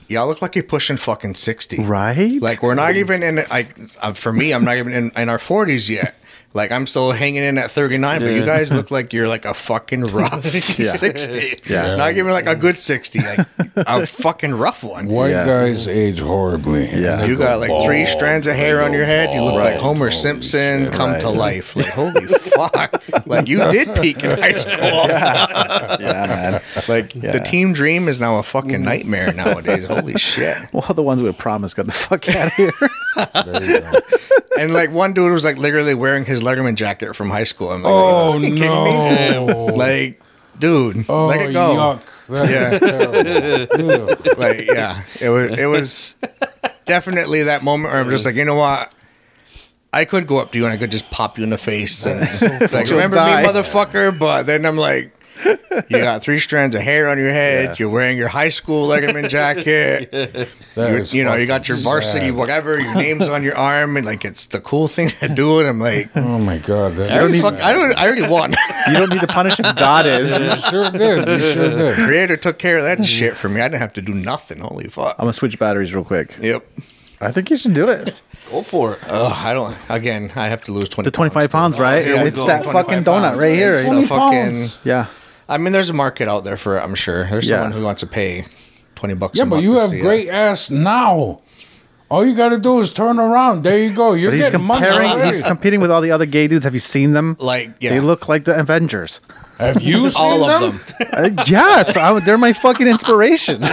y'all look like you're pushing fucking sixty, Right? Like we're not even in. Like uh, for me, I'm not even in, in our forties yet. Like I'm still hanging in at 39, but you guys look like you're like a fucking rough 60. Yeah. Not even like a good 60, like a fucking rough one. White Yeah. guys age horribly. Yeah. They You got like three bald. strands of hair They on go your head. You look bald. like Homer Holy Simpson shit. come to Right. life. Like, holy fuck. Like, you did peak in high school. yeah, man. Like, Yeah. Mm. the team dream is now a fucking nightmare nowadays. Holy shit. Well, the ones we promised got the fuck out of here. And like, one dude was like literally wearing his Letterman jacket from high school. I'm like, Oh, are you fucking no. kidding me? Like, dude, Oh, let it go. yuck. That Yeah. is terrible. Ew. like yeah it was it was definitely that moment where i'm just like you know what i could go up to you and i could just pop you in the face and like You'll remember die. me motherfucker but then i'm like you got three strands of hair on your head you're wearing your high school letterman jacket That you- is you know you got your fucking varsity sad. whatever your name's on your arm and like it's the cool thing to do and i'm like Oh my god! That I, is already sad. fuck, I don't i already won You don't need to punish him. God is. You sure did. You sure did. creator took care of that shit for me i didn't have to do nothing holy fuck Mm-hmm. I'm gonna switch batteries real quick. yep I think you should do it. Go for it. Oh, I don't. Again, I have to lose twenty. The 25 pounds, right? here we it's go. that 25 fucking donut pounds. right here. It's the 20 fucking. pounds. yeah. I mean, there's a market out there for it. I'm sure there's Yeah. someone who wants to pay twenty bucks. Yeah, a but month you to have see great It. ass now. All you got to do is turn around. There you go. You're But he's getting money comparing. already. He's competing with all the other gay dudes. Have you seen them? Like, yeah. They look like the Avengers. Have you seen all them? of them. Uh, yes, I, would- they're my fucking inspiration. All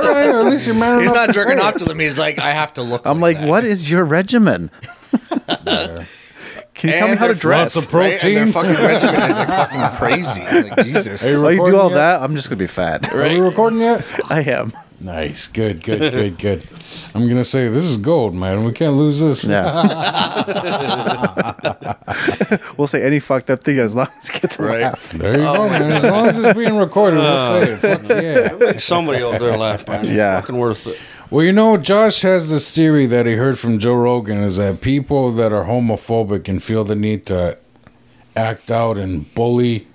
right, at least you're married. He's up not to jerking say off it. to them. He's like, I have to look. I'm like, that. what is your regimen? Can you tell me And how to they're friends. dress? Lots Why of pro- Right? And their protein? fucking regimen is like fucking crazy. Like, Jesus. Hey, Oh, you do all Recording yet? that? I'm just gonna be fat. Are we recording yet? I am. Nice. Good, good, good, good. I'm going to say this is gold, man. We can't lose this. Yeah. we'll say any fucked up thing as long as it gets a Right. laugh. There you go, man. As long as it's being recorded, we'll say it. Fuck yeah. Make somebody out there laugh, man. It's Yeah. fucking worth it. Well, you know, Josh has this theory that he heard from Joe Rogan is that people that are homophobic can feel the need to act out and bully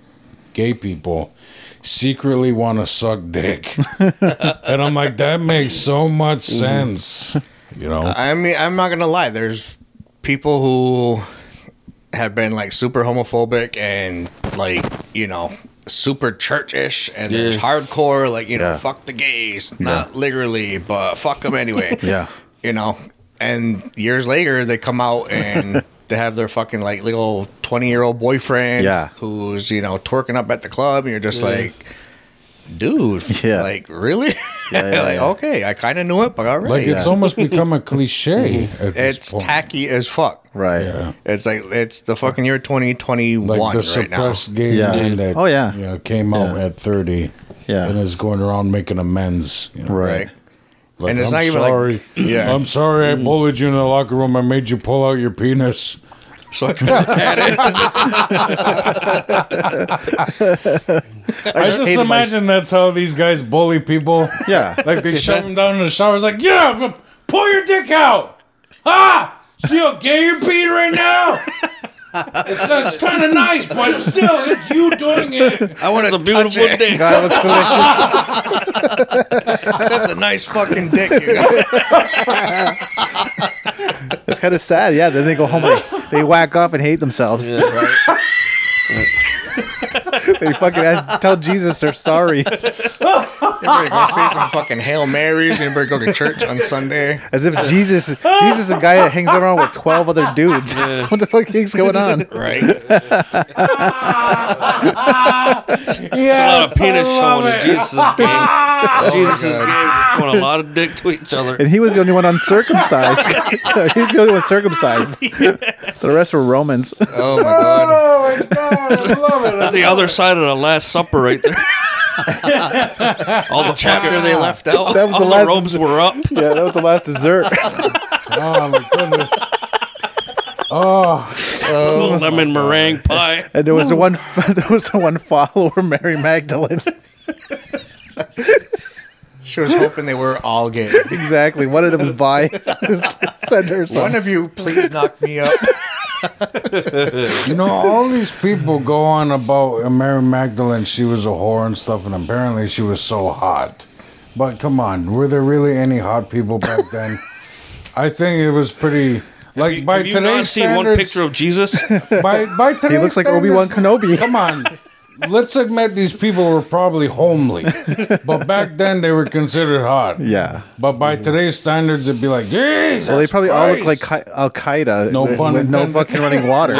gay people secretly want to suck dick. and I'm like, that makes so much Mm-hmm. sense. You know? I mean, I'm not gonna lie. There's people who have been like super homophobic and like you know super churchish and there's Yeah. hardcore like you know Yeah. fuck the gays, not literally, but fuck them anyway. Yeah. you know. And years later, they come out and they have their fucking like little twenty year old boyfriend Yeah. who's you know twerking up at the club, and you're just like. Dude, Yeah. like really? yeah, like yeah. okay, I kind of knew it, but all right. Like, it's almost become a cliche. Mm-hmm. At this It's point. tacky as fuck. Right. Yeah. It's like it's the fucking year 2021 Like the right now. suppressed gay Yeah. man that Oh, yeah. you know, came out Yeah. at 30 Yeah. and is going around making amends. You know? Right. Right. Like, And it's I'm not even like- sorry. Yeah. I'm sorry I bullied you in the locker room. I made you pull out your penis. So I can look at it. I just hated my- imagine that's how these guys bully people. Yeah. Like they shove them down in the shower. It's like, yeah, but pull your dick out. Ah, see how gay you're being right now. It's, it's kind of nice, but still, it's you doing it. I want It's to a beautiful it. day. God, it looks delicious. That's a nice fucking dick. You got. It's kind of sad. Yeah. Then they go home. And they whack off and hate themselves. they fucking ask, tell Jesus they're sorry, Everybody go say some fucking hail marys. Everybody go to church on Sunday. as if Jesus, Jesus, is a guy that hangs around with twelve other dudes. what the fuck is going on? Right? A lot Yes, of penis I love showing in it. Oh, Jesus' game. Jesus' game going a lot of dick to each other. And he was the only one uncircumcised. he was the only one circumcised. the rest were Romans. Oh my god. Oh my god, I love it. the other side of the Last Supper right there. all the Chapter fucking, they left out. That was the all the last. ropes were up. yeah, that was the last dessert. Oh my goodness. Oh, Little lemon meringue pie. And there was the one. There was the one follower, Mary Magdalene. She was hoping they were all gay. exactly. One of them was bi. Send her One some. of you, please knock me up. you know, all these people go on about Mary Magdalene. She was a whore and stuff, and apparently she was so hot. But come on, were there really any hot people back then? I think it was pretty. Like by Have you today's not seen standards, one picture of Jesus? by by today's He looks like Obi Wan standards- Kenobi. Come on. Let's admit these people were probably homely, but back then they were considered hot. Yeah. Mm-hmm. But by today's standards, it'd be like, Jesus. Well, they probably all look like Christ." Ki- Al Qaeda. No with, pun with no intended. fucking running water.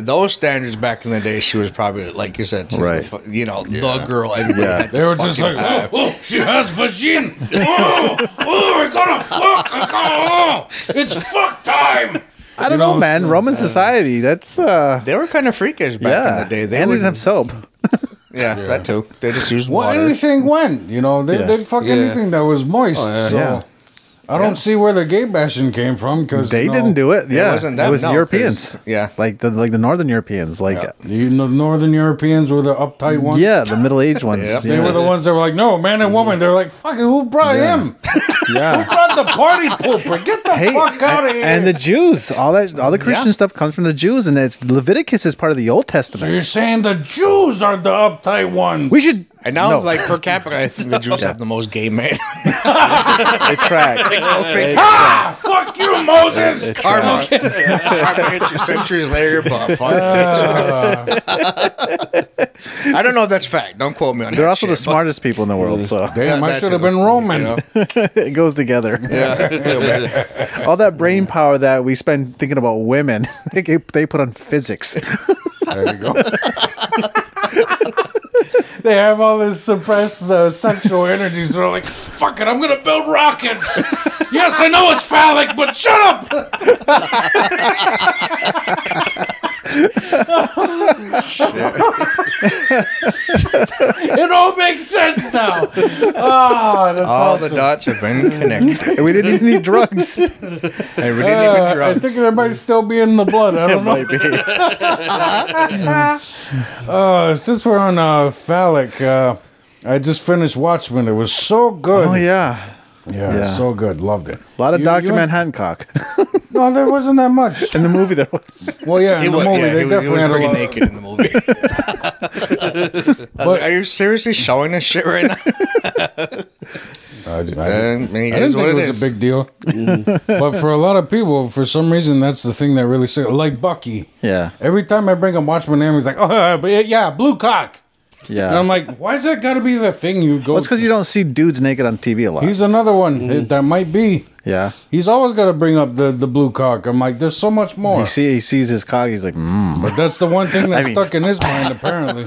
Those standards back in the day, she was probably like you said, she was Right. a fu- You know, the girl. Everybody Yeah. had to They were just fucking like, have. oh, oh, she has vagina. Oh, oh, we're gonna fuck. We're gonna- oh, it's fuck time. I don't know, man. Roman society. That's uh. They were kind of freakish back Yeah. in the day. They and they would, didn't have soap. yeah, that too. They just used Well, water. anything went. You know, they, Yeah. Oh, they'd fuck Yeah. anything that was moist. So Yeah. I don't see where the gay bashing came from because They didn't do it. Yeah, it, wasn't them, was no, the Europeans. 'cause- yeah. like the like the Northern Europeans. Like You know, Northern Europeans were the uptight ones. yeah, the middle aged ones. Yep. yeah. They were the ones that were like, no, man and woman. They're like, fucking, who brought him? Yeah. brought the party pooper. Get the Hey, fuck out of here. and the Jews, all that, all the Christian stuff comes from the Jews, and it's Leviticus is part of the Old so Testament. you're saying the Jews are the uptight ones? We should And now, No. like per capita, I think the Jews have the most gay men. It tracks. Ah, fuck you, Moses. Karma, karma hits you centuries later, but fuck. Uh, bitch. I don't know if that's fact. Don't quote me on They're that. also the shit, but- smartest people in the world, so Damn, I that should have too, been Roman. you know? it goes together. Yeah. All that brain power that we spend thinking about women, they, get- they put on physics. There you go. they have all this suppressed uh, sexual energy, so they're like, fuck it, I'm going to build rockets. yes, I know it's phallic, but shut up. it all makes sense now. Oh, that's All awesome. the dots have been connected. And we didn't even need drugs. It And we didn't even Uh, I drugs. think there might still be in the blood. I don't know. might be. Uh, since we're on uh, phallic, uh, I just finished Watchmen. It was so good. Oh yeah, yeah, Yeah. so good. Loved it. a lot of You- Doctor you- Manhattan cock No, there wasn't that much. in the movie. There was. Well, yeah, in He the was, movie yeah, they he, was- he was definitely had a pretty lot. naked in the movie. I was like, are you seriously showing this shit right now? I, I, And I mean, I Uh, it didn't is think what it it is. was a big deal, Mm. but for a lot of people, for some reason, that's the thing that really sticks. Like Bucky. Yeah, Every time I bring a Watchmen name, he's like, "Oh, but yeah, yeah, blue cock," and yeah. I'm like, "Why is that got to be the thing you go?" well, it's because you don't see dudes naked on TV a lot. he's another one that might be. yeah, He's always got to bring up the, the blue cock. I'm like, there's so much more. he see he sees his cock. He's like, mm. But that's the one thing that I mean- stuck in his mind, apparently.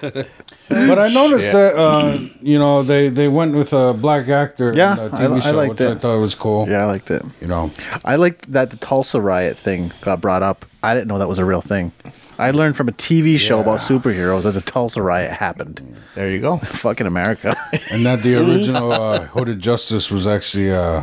but I noticed that uh, you know they, they went with a black actor Yeah, in the I- TV I show, liked which I it. thought was cool. yeah, I liked it. You know, I liked that the Tulsa riot thing got brought up. I didn't know that was a real thing. I learned from a TV show about superheroes that the Tulsa riot happened. There you go. Fucking America. and that the original uh, Hooded Justice was actually uh,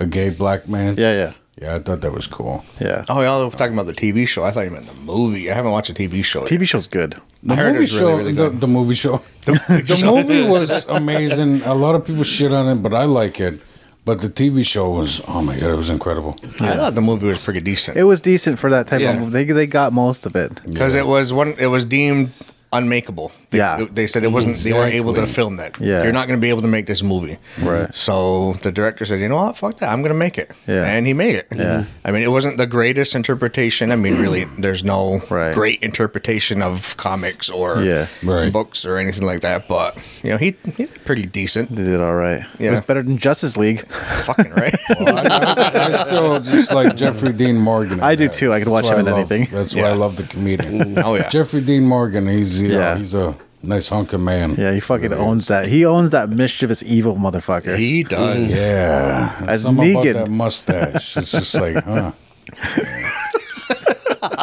a gay black man. yeah, yeah, yeah, I thought that was cool. yeah. Oh, y'all were talking about the TV show. I thought you meant the movie. I haven't watched a TV show. yet. TV show's good. The I heard it movie was really, show, really the, good. the movie show, the movie was amazing. A lot of people shit on it, but I like it. But the TV show was, oh my god, it was incredible. I thought the movie was pretty decent. It was decent for that type Yeah. of movie. They, they got most of it. because it was one it was deemed unmakeable they, Yeah. they said it wasn't they weren't able to Exactly. film that Yeah. you're not going to be able to make this movie Right. so the director said you know what fuck that i'm going to make it Yeah. and he made it Yeah. i mean it wasn't the greatest interpretation i mean really there's no Right. great interpretation of comics or Yeah. Right. books or anything like that but you know he, he did pretty decent They did all right. It Yeah. was better than Justice League. fucking right I, I still just like Jeffrey Dean Morgan. I do too. I could watch That's why him in I love- anything. That's why I Yeah. love the comedian. oh yeah Jeffrey Dean Morgan. He's you know, Yeah. he's a nice hunk of man. Yeah, he fucking owns that. He owns that mischievous evil motherfucker. he does Yeah. And As something about Negan. that mustache. It's just like, huh.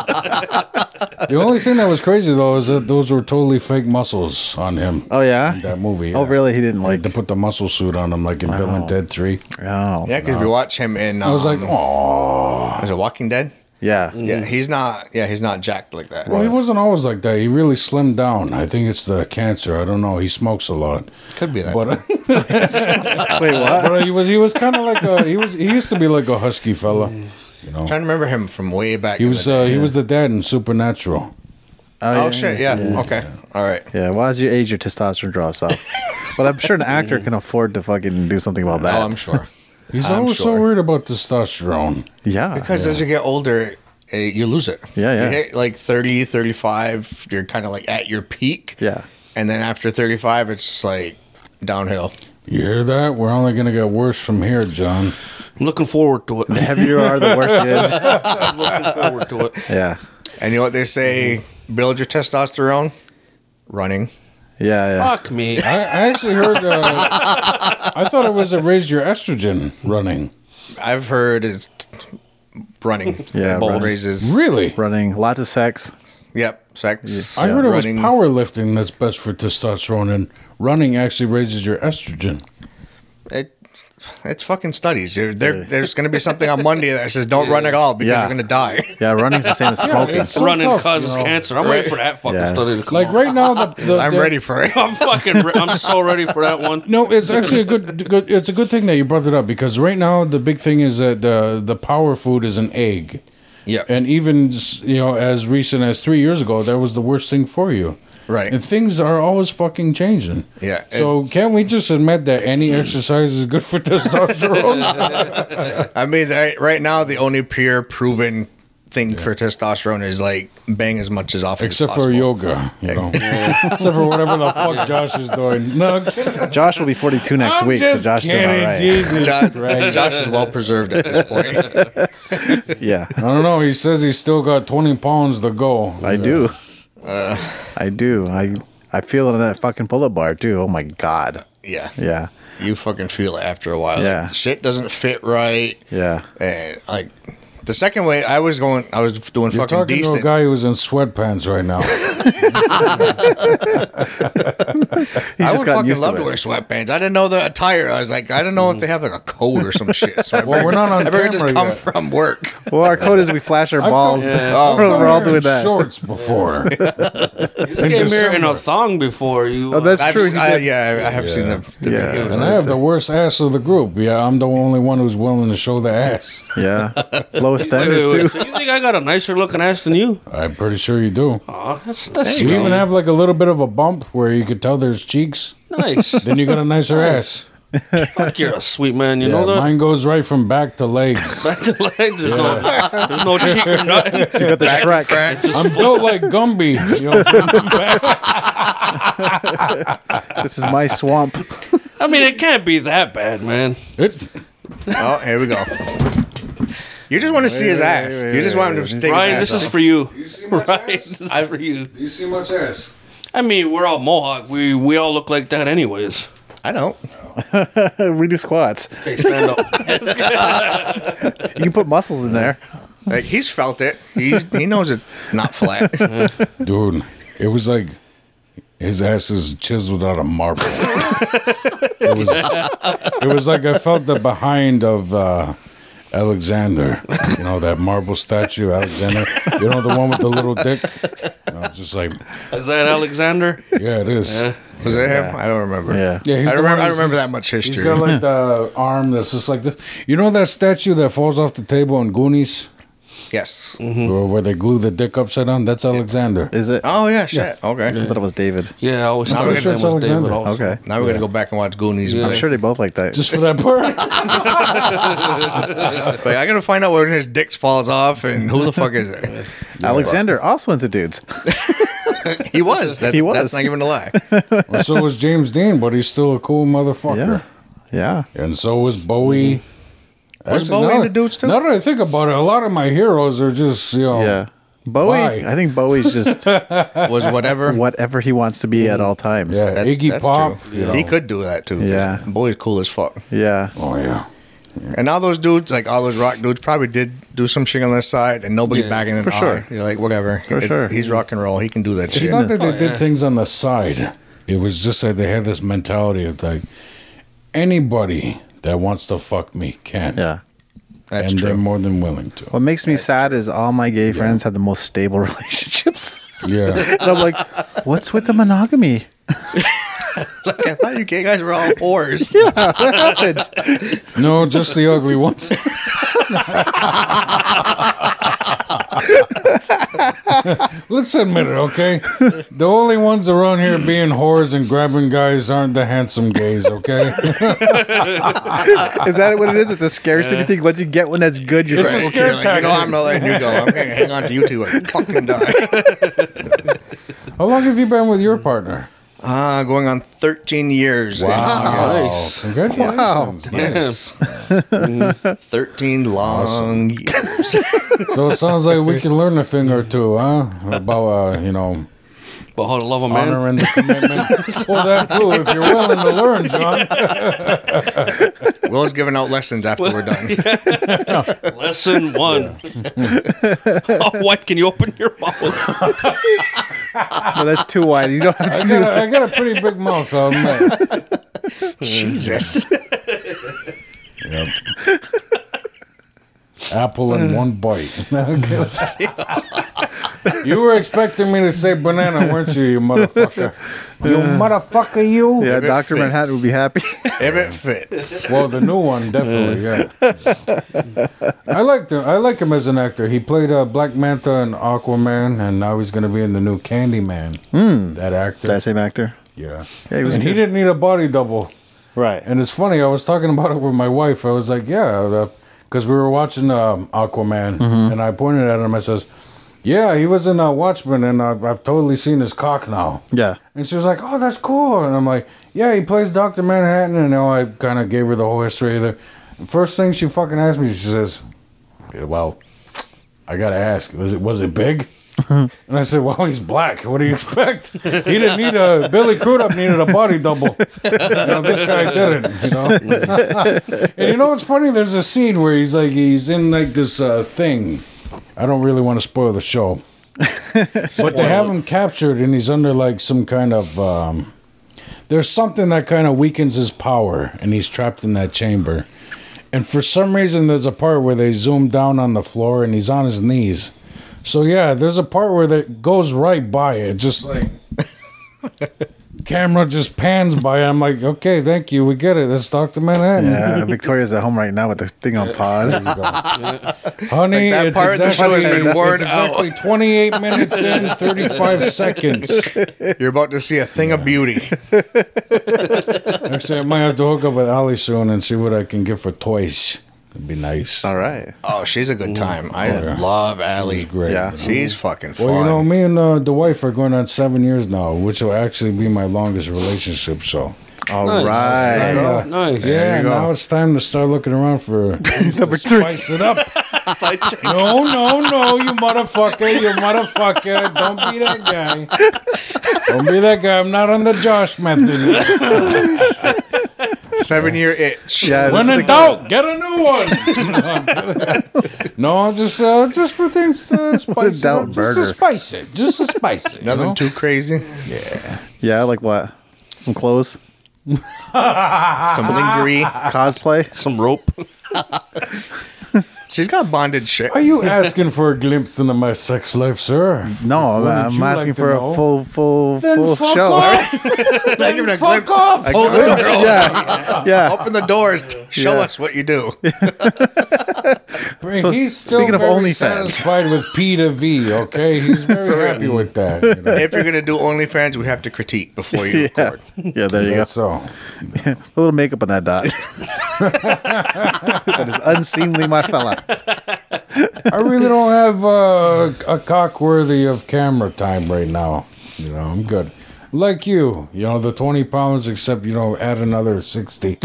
the only thing that was crazy though is that those were totally fake muscles on him. oh in yeah. That movie. Oh yeah. really? He didn't like. They put the muscle suit on him like in Bill and Ted Three. Oh yeah because we watch him in um, I was like, oh. is it walking dead yeah. yeah he's not yeah he's not jacked like that Well, he wasn't always like that. He really slimmed down. I think it's the cancer. I don't know. He smokes a lot, could be that but, uh, Wait, what? but he was he was kind of like a, he was he used to be like a husky fella, you know. trying to remember him from way back. He in was the uh, day. he was the dad in Supernatural. uh, oh shit, yeah. Okay, all right. Yeah. Well, as you age, your testosterone drops off. but I'm sure an actor can afford to fucking do something about that. Oh, I'm sure. He's I'm always sure. so worried about testosterone. yeah. Because as you get older, eh, you lose it. Yeah, yeah. You hit like 30, 35, you're kind of like at your peak. Yeah. And then after 35, it's just like downhill. You hear that? We're only gonna get worse from here, John. I'm looking forward to it. the heavier you are, the worse it is. I'm looking forward to it. Yeah. And you know what they say? Build your testosterone. Running. Yeah. Yeah. Fuck me. I, I actually heard. Uh, I thought it was a raise your estrogen running. I've heard is t- running. Yeah, That ball running. raises. Really? Running lots of sex. Yep. Sex. uh, I heard it was running. powerlifting that's best for testosterone, and running actually raises your estrogen. it, it's fucking studies. There, there, there's going to be something on Monday that says don't run at all because Yeah. you're going to die. Yeah. Running's the same as smoking. it's so Running tough, causes you know. cancer. I'm ready for that fucking Yeah. study to come Like on. right now, the, the I'm the- ready for it. I'm fucking. Re- I'm so ready for that one. No, it's actually a good, good. It's a good thing that you brought it up because right now the big thing is that the the power food is an egg, Yeah. and even s- you know as recent as three years ago, that was the worst thing for you. Right. And things are always fucking changing. Yeah, So can't we just admit that any exercise is good for testosterone? I mean, right, right now the only pure proven thing for testosterone is like bang as much as often. Except as for possible. yoga, you know. Except for whatever the fuck Josh is doing. No, I'm kidding. Josh will be 42 next I'm week, so just Josh doing all kidding, right. Jesus Josh, Christ. Josh is well preserved at this point. Yeah, I don't know. He says he's still got 20 pounds to go. I do. I do. I I feel it in that fucking pull-up bar too. Oh my god. Yeah. Yeah. You fucking feel it after a while. Yeah. Like, shit doesn't fit right. Yeah. And like the second way, I was going, I was doing You're fucking talking to decent. a guy who's in sweatpants right now. He's I just gotten would fucking used love to to, it. wear sweatpants. I didn't know the attire. I was like, I didn't know if they have like a coat or some shit. So I Well, we're not on I figured just camera come yet. from work. Well, our code is we flash our I've balls. come- Oh. we're, we're all I've been doing that. wearing Shorts before. You came here in December. a thong before. You. Oh, that's uh, I've, true. he I, did. yeah, I have seen them. Yeah. And I have the worst ass of the group. Yeah, I'm the only one who's willing to show the ass. yeah. Lowest wait, wait, standards wait. too. So you think I got a nicer looking ass than you? I'm pretty sure you do. Aw, that's that's You even even have like a little bit of a bump where you could tell there's cheeks. nice. Then you got a nicer ass. Fuck, you're a sweet man. You Yeah, know that. mine goes right from back to legs. Back to legs. There's, no, there's no cheek or nothing. You got the Shrek. Crack. I'm built like Gumby. You know, from the back. This is my swamp. I mean, it can't be that bad, man. It- Oh, here we go. You just want to see his ass. you just want him to stick Brian, his this ass is out. for you. see much Brian, ass? this is for you. you see much ass? I mean, we're all Mohawk. We we all look like that, anyways. I don't. we do squats. Okay, stand up. You can put muscles in there. Like he's felt it. He's, he knows it's not flat. Dude, it was like his ass is chiseled out of marble. it was it was like I felt the behind of uh Alexander, you know that marble statue, Alexander. You know the one with the little dick. And I was just like, Is that Alexander? yeah, it is. Yeah, Was it him? I don't remember. Yeah. he's I the remember. one I who's- remember that much He's history. got like the arm that's just like this. You know that statue that falls off the table in Goonies, yes. where, Mm-hmm. where they glue the dick upside down? That's Alexander. Is it? Oh yeah. Shit. Okay. I thought it was David. Yeah, I always I'm thought his sure name was it's David. Alexander. Also. Okay. Now we're gonna go back and watch Goonies. I'm sure they both like that. Just for that part. But, but I gotta find out where his dick falls off and who the fuck is it. Alexander also into dudes. He was. That, He was. That's not even a lie. Well, so was James Dean, but he's still a cool motherfucker. Yeah. Yeah. And so was Bowie. Was Actually, Bowie now- into dudes, too? Now that I think about it, a lot of my heroes are just you know. Yeah. Bowie, Oh, Why? I think Bowie's just Was whatever. whatever he wants to be at all times. Yeah. Iggy Pop, you know. He could do that too. Yeah. Boy's cool as fuck. Yeah. Oh yeah. And all those dudes, like all those rock dudes, probably did do some shit on their side, and nobody backing them. for eye. sure. You're like, whatever. For sure. He's rock and roll. He can do that It's shit. not that they did things on the side. It was just that they had this mentality of like anybody that wants to fuck me can. Yeah. That's and true. they're more than willing to. What makes me sad is all my gay friends have the most stable relationships. Yeah. and I'm like, what's with the monogamy? I thought you gay guys were all whores. What happened? no, just the ugly ones. Let's admit it, okay? The only ones around here being whores and grabbing guys aren't the handsome gays, okay? Is that what it is? It's a scarcity thing. Once you get one that's good, you're It's like, a okay. scare You're like, you know, tactic. I'm not letting you go. I'm gonna hang on to you two and fucking die. How long have you been with your partner? Oh, Ah, going on 13 years. in August. Congratulations. Yes. 13 long years. So it sounds like we can learn a thing or two, huh? About, uh, you know, But how to love a man. honoring the commitment. well, that too, if you're willing to learn, John. Will's giving out lessons after we're done. Lesson one. how wide can you open your mouth? No, that's too wide. You don't have I to do got, that. a, I got a pretty big mouth, I'll admit. Jesus. Yep. Apple in one bite. You were expecting me to say banana, weren't you, you motherfucker? You motherfucker, you. Yeah, Doctor fits. Manhattan would be happy. If it fits. Well, the new one definitely. Yeah. I like the I like him as an actor. He played uh, Black Manta and Aquaman, and now he's going to be in the new Candyman. That actor. that same actor, yeah. Hmm. Yeah, he was and he good. didn't need a body double. right? And it's funny. I was talking about it with my wife. I was like, yeah, because we were watching um, Aquaman, and I pointed at him. I says, yeah, he was in uh, Watchmen, and I've, I've totally seen his cock now. yeah, And she was like, "Oh, that's cool." And I'm like, "Yeah, he plays Doctor Manhattan." And now I kind of gave her the whole history. There, first thing she fucking asked me, she says, yeah, "Well, I gotta ask, was it was it big?" and I said, "Well, he's black. What do you expect? He didn't need a Billy Crudup needed a body double. You know, this guy didn't. You know." and you know what's funny? There's a scene where he's like, he's in like this uh, thing. I don't really want to spoil the show. But they have him captured, and he's under like some kind of. Um, there's something that kind of weakens his power, and he's trapped in that chamber. And for some reason, there's a part where they zoom down on the floor, and he's on his knees. So yeah, there's a part where that goes right by it, just like camera just pans by. I'm like, okay, thank you, we get it. That's Doctor Manhattan, yeah. Uh, Victoria's at home right now with the thing on pause. honey. Like, that it's part of the show exactly, has been worn it's exactly 28 minutes in, 35 seconds. You're about to see a thing of beauty. Actually, I might have to hook up with Ali soon and see what I can get for toys. It'd be nice. All right, Oh, she's a good time. I love Allie. Great. yeah. She's fucking fun. Well, you know, me and uh, the wife are going on seven years now, which will actually be my longest relationship. So, all right. Nice. And, uh, Nice. yeah, you go. now it's time to start looking around for Number three. spice it up. no, no, no, you motherfucker, you motherfucker! Don't be that guy. Don't be that guy. I'm not on the Josh method. Seven year itch. Yeah, When that's in the- doubt, get a new one. no, just uh, just for things to spice it doubt up. burger. Just to spice it. Just to spice it. you Nothing know? too crazy. Yeah, like what? Some clothes, Some lingerie. cosplay. Some rope. She's got bonded shit. Are you asking for a glimpse into my sex life, sir? No, I'm, Wouldn't I'm you like asking to for know? a full, full, Then full fuck show. off. Not even a fuck glimpse. off. Hold the door. yeah, yeah. Open the doors. Show Yeah. us what you do. Frank, So, he's still speaking of very OnlyFans. satisfied with P to V. Okay, he's very happy with that. You know? if you're gonna do OnlyFans, we have to critique before you Yeah. record. yeah, there you go. That's all. A little makeup on that dot. that is unseemly, my fella. I really don't have uh, a cock worthy of camera time right now. You know, I'm good. Like you, you know, the 20 pounds, except, you know, add another 60.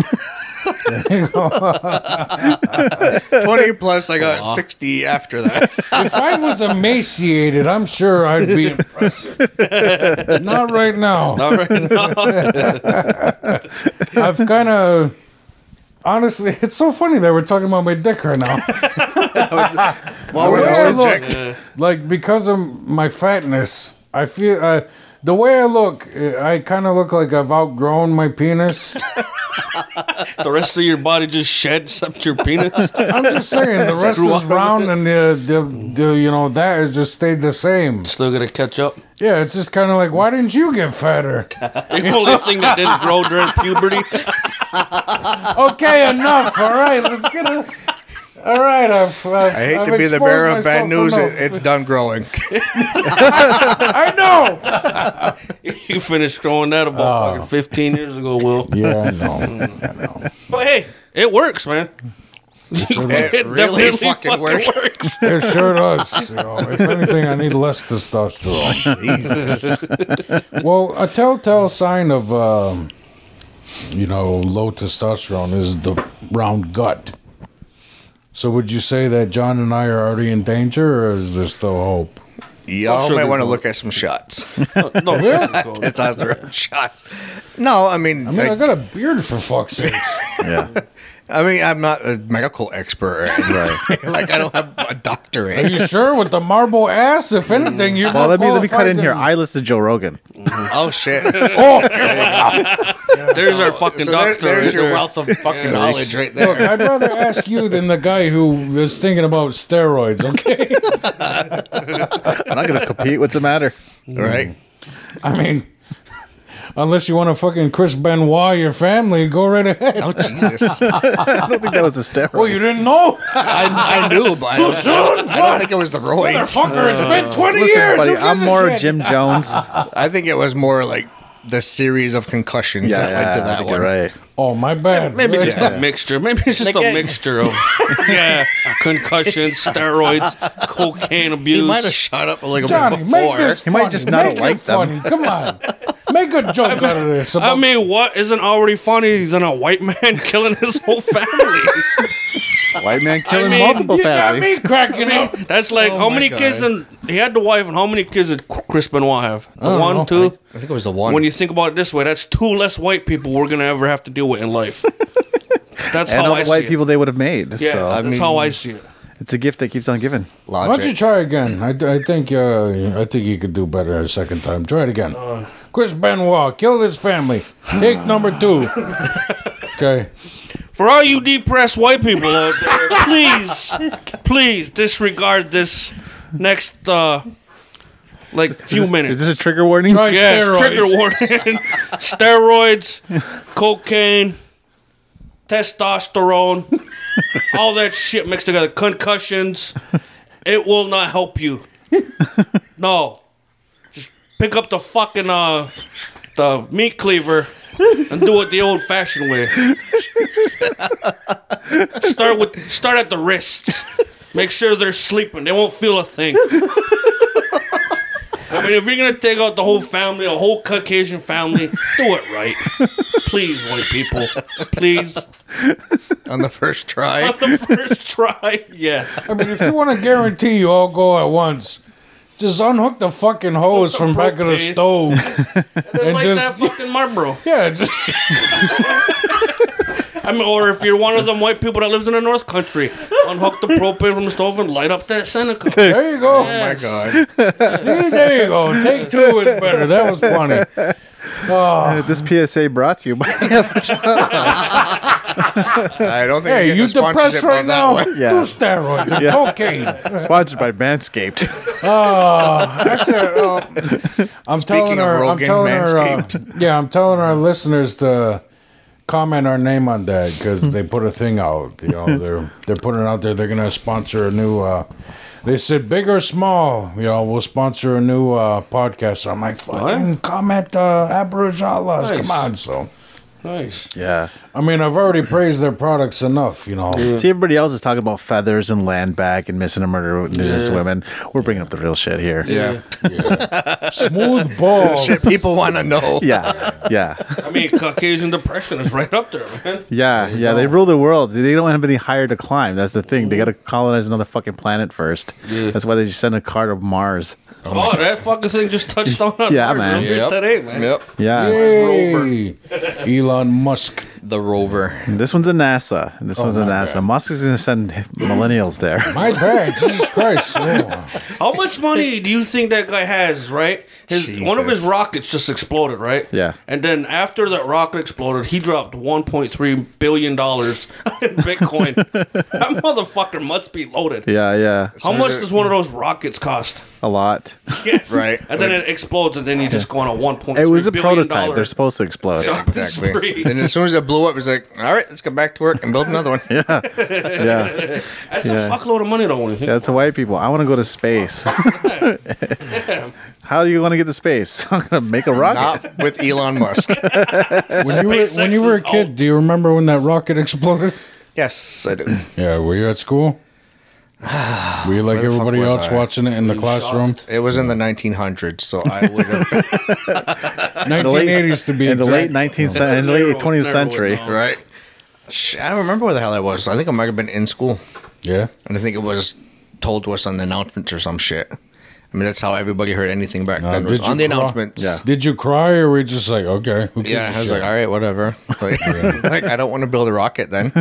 Twenty plus, I got sixty after that. if I was emaciated, I'm sure I'd be impressive. Not right now. All right. No. I've kind of. Honestly, it's so funny that we're talking about my dick right now. While we're Yeah, on the look. subject, like because of my fatness, I feel uh, the way I look. uh, I kind of look like I've outgrown my penis. the rest of your body just shed except your penis. I'm just saying the rest Grew is up. round, and the, the the you know that has just stayed the same. Still gonna catch up. Yeah, it's just kind of like why didn't you get fatter? The only thing that didn't grow during puberty. Okay, enough. All right, let's get a. All right, I've, I've, I hate I've to be the exposed bearer of myself bad news. enough. It, it's done growing. I know. You finished growing that about fucking 15 years ago, Will. Yeah, I know. I know. But hey, it works, man. It really definitely fucking works. It sure does. You know, if anything, I need less testosterone. Jesus. Well, a telltale sign of, um, you know, low testosterone is the round gut. So would you say that John and I are already in danger, or is there still hope? Y'all Sugar might want to coat. look at some shots. No, sugarcoat. Testosterone shots. No, I mean, I mean, I got a beard for fuck's sake. Yeah, I mean, I'm not a medical expert or anything. like, I don't have a Are doctorate. you sure with the marble ass? If anything, you're Mm. Well, more let me let me cut qualified in than- here. I listed Joe Rogan. oh, shit. oh, There's our fucking So there- doctor. there's right your there. wealth of fucking knowledge right there. look, I'd rather ask you than the guy who is thinking about steroids. Okay, I'm not gonna compete. What's the matter? Mm. Right? I mean, unless you want to fucking Chris Benoit your family, go right ahead. Oh, Jesus. I don't think that was the steroids. Well, you didn't know, I, I knew, but I don't, I don't- I don't think it was the roids. Uh, motherfucker. It's been twenty uh, Listen, years. buddy, Who gives I'm a more shit? Jim Jones. I think it was more like the series of concussions that led to I that think one. you're right. Oh, my bad. Maybe Right. just a mixture. Maybe it's just Like, a uh, mixture of yeah, concussions, steroids, cocaine abuse. He might have shot up a little Johnny, bit make before. this He funny. might just not make it like them. funny. Come on, make a joke out of this. I about- mean, what isn't already funny than a white man killing his whole family? White man killing mean, multiple you got me families. cracking up. That's like Oh how my many kids God. and he had the wife and how many kids did Qu- Chris Benoit have? don't One, know. two. I think it was the one. When you think about it this way, that's two less white people we're gonna ever have to deal with in life. That's And how all I the see white it. people they would have made. Yeah, so that's mean- how I see it. it's a gift that keeps on giving. Why don't you Logic. try again? I, I think uh, I think you could do better a second time. Try it again. Uh. Chris Benoit, kill his family. Take number two. Okay. For all you depressed white people out there, please, please disregard this next uh like few Is this- minutes. Is this a trigger warning? Try Yes, steroids. trigger warning. steroids, cocaine, testosterone, all that shit mixed together, concussions. It will not help you. No. Just pick up the fucking uh the meat cleaver and do it the old fashioned way. start with start at the wrists. Make sure they're sleeping. They won't feel a thing. I mean, if you're gonna take out the whole family, a whole Caucasian family, do it right, please, white people. Please, on the first try. on the first try, yeah. I mean, if you want to guarantee you all go at once, just unhook the fucking hose the from back of the propane. stove. And And like that just- fucking Marlboro. yeah, just, I mean, or if you're one of them white people that lives in the North Country, unhook the propane from the stove and light up that Seneca. there you go. Oh my god. See, there you go. Take two is better. That was funny. Uh, This PSA brought to you by. I don't think I Hey, get you the sponsorship depressed right on that now? one. Do steroids and Yeah. cocaine. Uh, sponsored by Manscaped. I'm Speaking telling of her, Rogan, I'm telling her, uh, yeah, I'm telling our listeners to comment our name on that because they put a thing out. You know, they're they're putting it out there. They're gonna sponsor a new. Uh, they said big or small. You know, we'll sponsor a new uh, podcast. So I'm like, fucking comment uh, Aborijalas. Nice. Come on, so. Nice. yeah. I mean, I've already praised their products enough. You know, See, everybody else is talking about feathers and land back and missing and murder witness women. We're bringing up the real shit here. Yeah. smooth balls. Shit, people want to know. Yeah. Yeah. I mean, Caucasian depression is right up there, man. Yeah. Yeah. They rule the world. They don't have any higher to climb. That's the thing. They got to colonize another fucking planet first. That's why they just send a car to Mars. Oh, that fucking thing just touched on. Yeah, Mars man. earlier Today, man. Yep. Yeah. Yay. Elon Musk. The rover. This one's a NASA. And this one's a my NASA. Musk is going to send millennials there. My bad. Jesus Christ. Oh. How much money do you think that guy has, right? His one of his Jesus. rockets just exploded, right? Yeah. And then after that rocket exploded, he dropped 1.3 billion dollars in Bitcoin. that motherfucker must be loaded. yeah. Yeah. How much does one of those rockets cost? A lot. Right. And then it explodes, and then you just go on a 1.3 It was a billion prototype. They're dollar supposed to explode. shopping Exactly. spree. And as soon as it blew up, it's like, all right, let's go back to work and build another one. Yeah. That's yeah. a fuckload of money, though. When you think That's white people. I want to go to space. How do you want to get to space? I'm going to make a rocket. Not with Elon Musk. When you, were, SpaceX when you were a is kid, out. do you remember when that rocket exploded? Yes, I do. Yeah, were you at school? Were you like the fuck everybody was else I? watching it in the classroom? It was in the 1900s, so I would have been, 1980s to be in the late exact. 19th century, in the Narrow- late 20th narrow century. it down. right? Sh- I don't remember where the hell I was. I think I might have been in school. Yeah. And I think it was told to us on the announcements or some shit. I mean, that's how everybody heard anything back Uh, then. was did you on the cry- announcements. Did you cry or were you just like, okay? Who gives Yeah, a I was shit? like, all right, whatever. Like, like, I don't want to build a rocket then.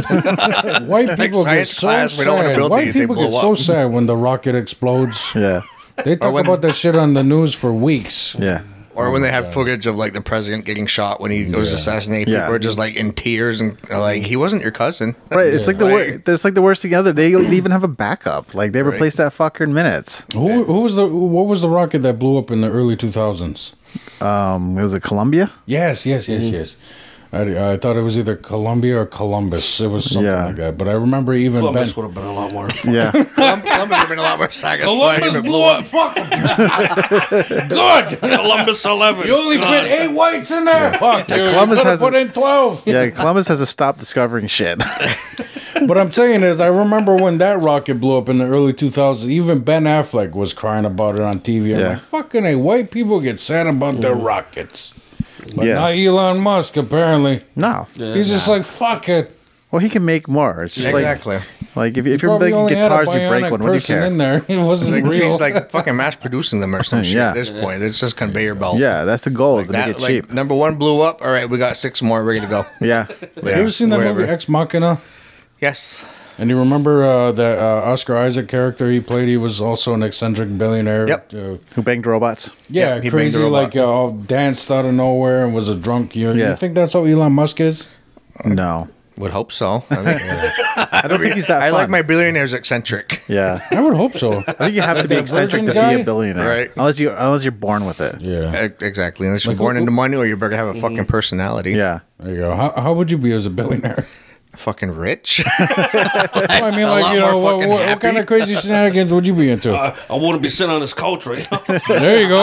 White people get science so class, we don't wanna sad. build White these, they people get blow so up. sad when the rocket explodes. Yeah. They talk when- about that shit on the news for weeks. Yeah. or when they have footage of like the president getting shot when he goes to assassinate Yeah. people, are just like in tears and like he wasn't your cousin. Right, it's like the wor- Like- it's like the worst thing other. They even have a backup. Like they replaced that fucker in minutes. Who, who was the what was the rocket that blew up in the early 2000s? Um, it was a Columbia. Yes, yes, yes, yes. I, I thought it was either Columbia or Columbus. It was something Yeah. like that. But I remember even Columbus Ben. would have been a lot more. fun. Yeah, Colum- Columbus would have been a lot more satisfying if Columbus it blew blew up. up. Fuck. Good. Columbus 11. You only fit eight whites in there. Fuck, dude. Columbus you could has put a- in twelve. yeah. Columbus has to stop discovering shit. But I'm saying is, I remember when that rocket blew up in the early 2000s. Even Ben Affleck was crying about it on TV. I'm Yeah. Mm-hmm. like, fucking, a white people get sad about their rockets, but Yeah. not Elon Musk. Apparently, no, he's just like, fuck it. well, he can make more. It's just Exactly. like like if, you- if you're Probably making only had a guitars, you bionic break one. What do you person care? in there. It wasn't Like, real. he's like fucking mass producing them or some shit Yeah. at this point. It's just conveyor belt. Yeah, that's the goal is to That, make it like, cheap. Number one blew up. All right, we got six more ready to go. Yeah, Yeah, you ever seen that wherever. movie Ex Machina? Yes. And you remember uh, that uh, Oscar Isaac character he played? He was also an eccentric billionaire. Yep. Uh, who banged robots? Yep, yeah, he banged a crazy, robot. like uh, all danced out of nowhere and was a drunk. You, Yeah. you think that's how Elon Musk is? No, Would hope so. I, mean, I don't think he's that. I like fun. my billionaires eccentric. Yeah, I would hope so. I think you have to be that eccentric virgin to guy? be a billionaire, Right. Unless you unless you're born with it. Yeah. E- Exactly. Unless you're born into money or you better have a fucking personality. Mm-hmm. Yeah. There you go. How, how would you be as a billionaire? Fucking rich. I mean, A like, lot you more know, what, fucking what, what happy. Uh, kind of crazy shenanigans would you be into? I, Uh, I wouldn't be sitting on this couch right now. there you go.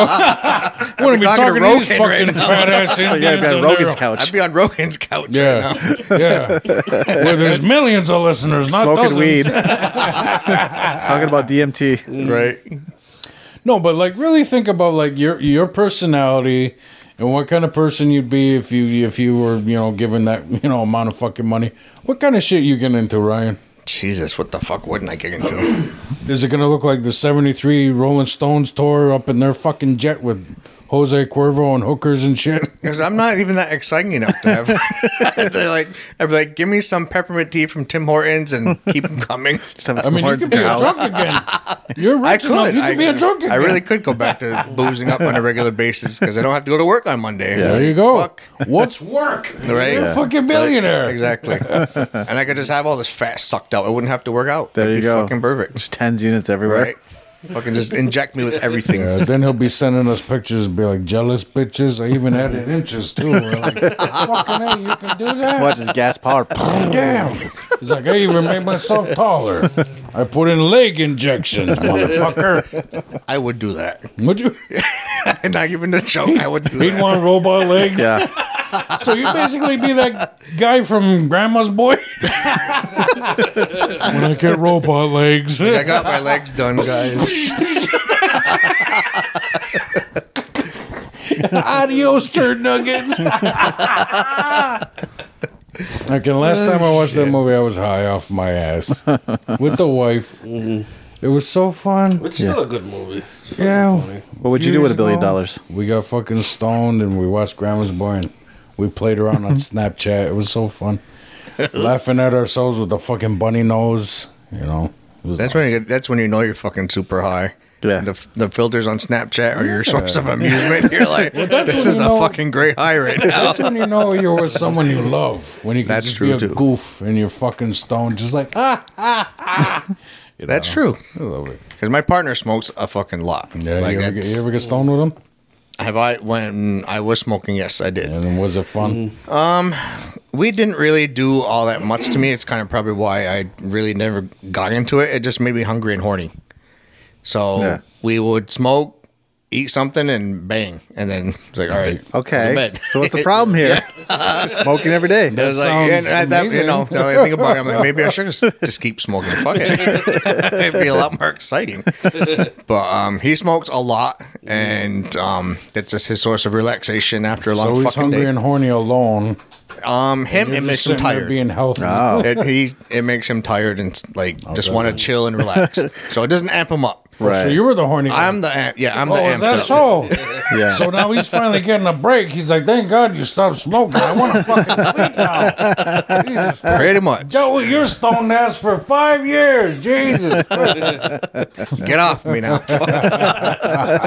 Wouldn't be talking talking, to to these Rogan right fucking now. fat ass Oh, yeah, Indians. yeah on Rogan's their- I'd couch. be on Rogan's couch right now. Yeah, yeah. Well, there's millions of listeners, not Smoking thousands. weed. Talking about DMT. Right. No, but like really think about like your your personality and what kind of person you'd be if you if you were you know given that you know amount of fucking money. What kind of shit you get into, Ryan? Jesus, what the fuck wouldn't I get into? Is it gonna look like the '73 Rolling Stones tour up in their fucking jet with Jose Cuervo and hookers and shit? Because I'm not even that exciting enough to have. They're like, I'd be like, give me some peppermint tea from Tim Hortons and keep them coming. Just have I mean, you horns could in be your a house. drunk again. You're rich I enough. could. You could I, be a drunk again. I really could go back to boozing up on a regular basis because I don't have to go to work on Monday. There you go. What's work? Right? You're a Yeah. fucking billionaire. Exactly. and I could just have all this fat sucked out. I wouldn't have to work out. There That'd you be go. Fucking perfect. Just tens units everywhere. Right. fucking just inject me with everything. Uh, then he'll be sending us pictures, be like jealous bitches. I even added inches too. We're like, fucking hey, you can do that. Watch his gas power. Damn. He's like, I even made myself taller. I put in leg injections, motherfucker. I would do that. Would you? Not even a joke. I would do He'd that. want robot legs. Yeah. So you basically be that guy from Grandma's Boy. when I get robot legs, I got my legs done, guys. adios, turd nuggets. Okay, last time Oh, I watched that movie, I was high off my ass with the wife. Mm-hmm. It was so fun. It's still a good movie. Yeah. What would you do with a billion dollars? We got fucking stoned and we watched Grandma's Boy and we played around on Snapchat. It was so fun. Laughing at ourselves with the fucking bunny nose, you know. It was That's when you, that's when you know you're fucking super high. Yeah. The, the filters on Snapchat are your source of amusement. You're like, this when is you a know- fucking great high right now. That's when you know you're with someone you love. When you can That's just true, be a too. goof and you're fucking stoned, just like ah. That's true. I love it. Because my partner smokes a fucking lot. Yeah, Like, you, ever get, that's- you ever get stoned with him? have I when I was smoking? Yes, I did. And then was it Mm-hmm. fun? we didn't really do all that much to me. It's kind of probably why I really never got into it. It just made me hungry and horny. So Yeah. we would smoke, eat something, and bang, and then it's like, all right, go to Okay. bed. So what's the problem here? Smoking every day. It was like, sounds and at that, you know, amazing. now that I think about it, I'm like, maybe I should just, just keep smoking. Fuck it. It'd be a lot more exciting. But um, he smokes a lot, and um, that's just his source of relaxation after a long So he's fucking hungry day. and horny alone. Um, him it You're makes just him sitting there tired. Being healthy. It, he it makes him tired and like Oh, just want to chill and relax. so it doesn't amp him up. Right. So you were the horny. guy. I'm the amp- yeah. I'm the Oh, amped is that up. so? Yeah. So now he's finally getting a break. He's like, "Thank God you stopped smoking. I want to fucking sleep now." Jesus Christ. Pretty much. Joey, you're stoned ass for five years. Jesus. Get off me now.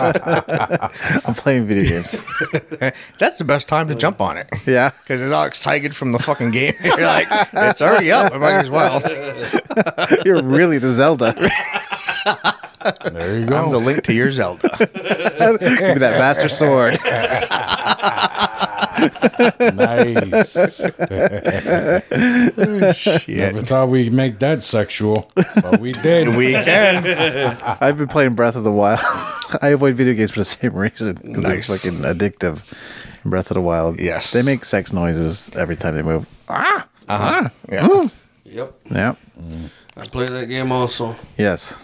I'm playing video games. That's the best time to jump on it. yeah. Because it's all excited from the fucking game. You're like, it's already up. I might as well. You're really the Zelda. There you I'm the link to your Zelda. Give me that master sword. Nice. Never Shit. thought we'd make that sexual, but we did. We can. I've been playing Breath of the Wild. I avoid video games for the same reason because Nice. they're fucking addictive. Breath of the Wild. Yes. They make sex noises every time they move. Ah. Yeah. Yep. Yep. I played that game also. Yes.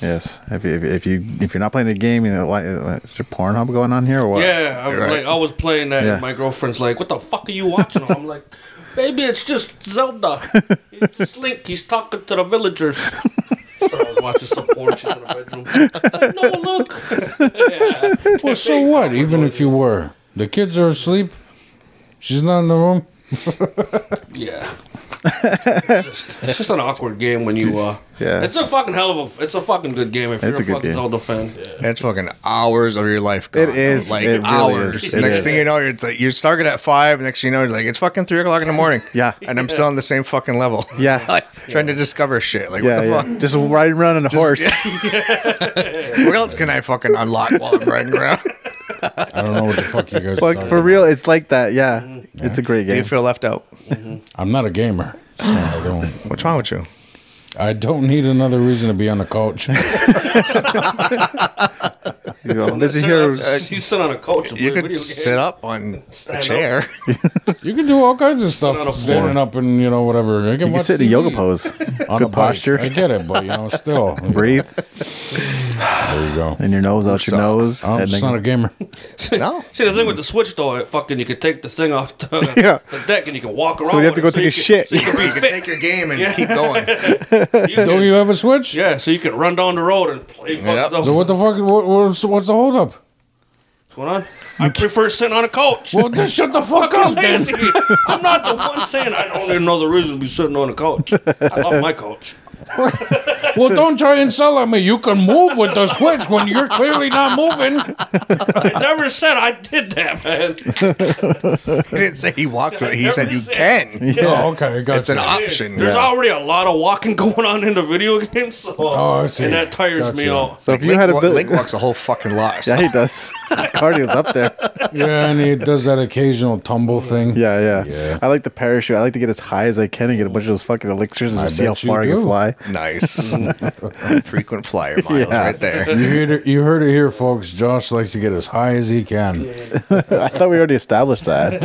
Yes. If you, if you- if you if you're not playing a game, you know, like, uh, is there Pornhub going on here or what? Yeah, I was Right. like, I was playing that. Yeah. And my girlfriend's like, "What the fuck are you watching?" I'm like, "Baby, it's just Zelda. It's Link. He's talking to the villagers." So I was watching some porn. She's in the bedroom. Like, no, look. Yeah. Well, so what? Even if you were, the kids are asleep. She's not in the room. Yeah. It's just, it's just an awkward game when you. uh Yeah. It's a fucking hell of a. It's a fucking good game It's if a you're a, good fucking game. Zelda fan. Yeah. That's fucking hours of your life. Gone. It is. Like It really hours. is. It next is. thing you know, it's like you're starting at five. Next thing you know, it's like it's fucking three o'clock in the morning. Yeah. And I'm still on the same fucking level. Yeah. like, trying to discover shit. Like Yeah, what the yeah. fuck? Just riding around on a horse. What else can I fucking unlock while I'm riding around? I don't know what the fuck you guys. are Like talking for about. real, it's like that. Yeah, it's a great Do you game. feel left out? I'm not a gamer. so I don't. What's wrong with you? I don't need another reason to be on the couch. You know, this is here. uh, He's sitting on a couch. and You playing video could sit games. up on a up. chair. You can do all kinds of stuff on a floor. standing up and you know whatever. I can, You watch sit in a TV yoga pose. on a Good bike. posture. I get it, but you know, still Breathe There you go. and your nose out your up? nose. I'm and just then- not a gamer. no. See the thing with the Switch though, it fucking you could take the thing off the, Yeah. the deck and you can walk around. you have to with it, go take you a can- So you can be You can fit. take your game and keep going. You can- Don't you have a switch? yeah, so you can run down the road and play. fucking Yep. stuff. So what the fuck? What, what's, what's the holdup? What's going on? I prefer sitting on a couch. Well, just shut the fuck I'm up, then. lazy. I'm not the one saying I don't need another reason to be sitting on a couch. I love my couch. Well, don't try and sell at me. You can move with the switch when you're clearly not moving. I never said I did that, man. He didn't say he walked with it. He Never said you said- can. Oh, okay, gotcha. It's an option. There's already a lot of walking going on in the video game, so Oh, I see. and that tires me Gotcha. out. So if you Link, had a wa- bit, Link walks a whole fucking lot. yeah, he does. His cardio's up there. yeah, and he does that occasional tumble thing. Yeah, yeah, Yeah. I like the parachute. I like to get as high as I can and get a bunch of those fucking elixirs and just see how bet you far I can do. fly. Nice. Frequent flyer miles Mm. Yeah. right there. You heard, it, you heard it here, folks. Josh likes to get as high as he can. I thought we already established that.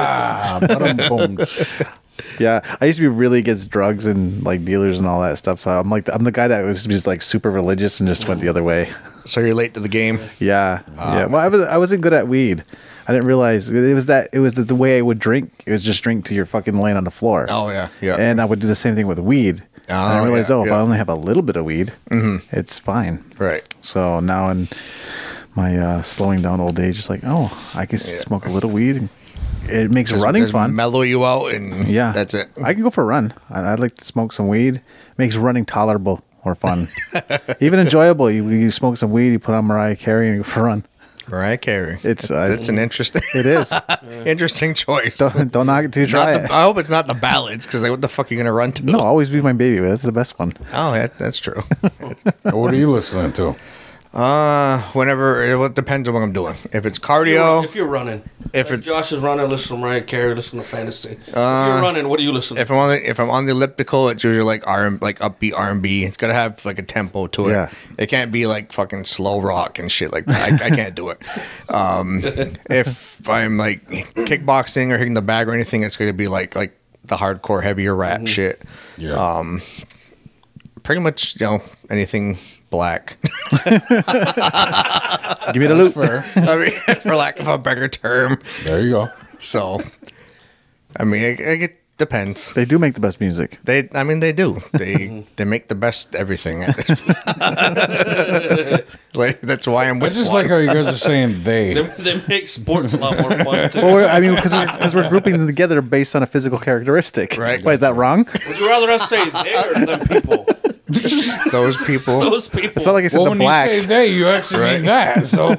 Ah, Ba-dum-bum. yeah, I used to be really against drugs and like dealers and all that stuff. So I'm like, I'm the guy that was just like super religious and just went the other way. So you're late to the game. Yeah, yeah. Well, I was I wasn't good at weed. I didn't realize it was that it was the, the way I would drink. It was just drink till you're fucking laying on the floor. Oh, yeah, yeah. And I would do the same thing with weed. and I Oh, realized, yeah, oh, if yeah. Mm-hmm. I only have a little bit of weed, it's fine. Right. So now in my uh, slowing down old age, it's like, oh, I can smoke a little weed. And it makes Just- running just fun. Mellow you out and yeah, that's it. I can go for a run. I, I'd like to smoke some weed. makes running tolerable or fun, even enjoyable. You, you smoke some weed, you put on Mariah Carey, and you go for a run. Right, Carey. It's, uh, that's an interesting, It is. interesting choice. don't, don't knock it till you Not try the, it. I hope it's not the ballads because like, what the fuck are you gonna run to? No, always be my baby. That's the best one. Oh, that, that's true. what are you listening to? Uh, whenever it, well, it depends on what I'm doing. If it's cardio, If you're running, If Like it- Uh, Josh is running, listen to Mariah Carey, listen to Fantasy. if you're running, what do you listen? to? if I'm on the, if I'm on the elliptical, it's usually like R like upbeat R and B. It's gotta have like a tempo to it. Yeah. It can't be like fucking slow rock and shit like that. I, I can't do it. Um, if I'm like kickboxing or hitting the bag or anything, it's gonna be like like the hardcore heavier rap shit. Yeah. Pretty much, you know, anything black. Give me the loot. Fair. I mean, for lack of a better term. There you go. So I mean, it, it depends. They do make the best music. They, I mean, they do. They they make the best everything. at this- like, that's why I'm It's with just one. like how you guys are saying they. They, they make sports a lot more fun. Too. Well, we're- I mean, because we're, 'cause we're grouping them together based on a physical characteristic. Right. Why is that wrong? Would you rather us say they or them people? those people. Those people. It's not like I said Well, the when you blacks. say they, you actually mean that. So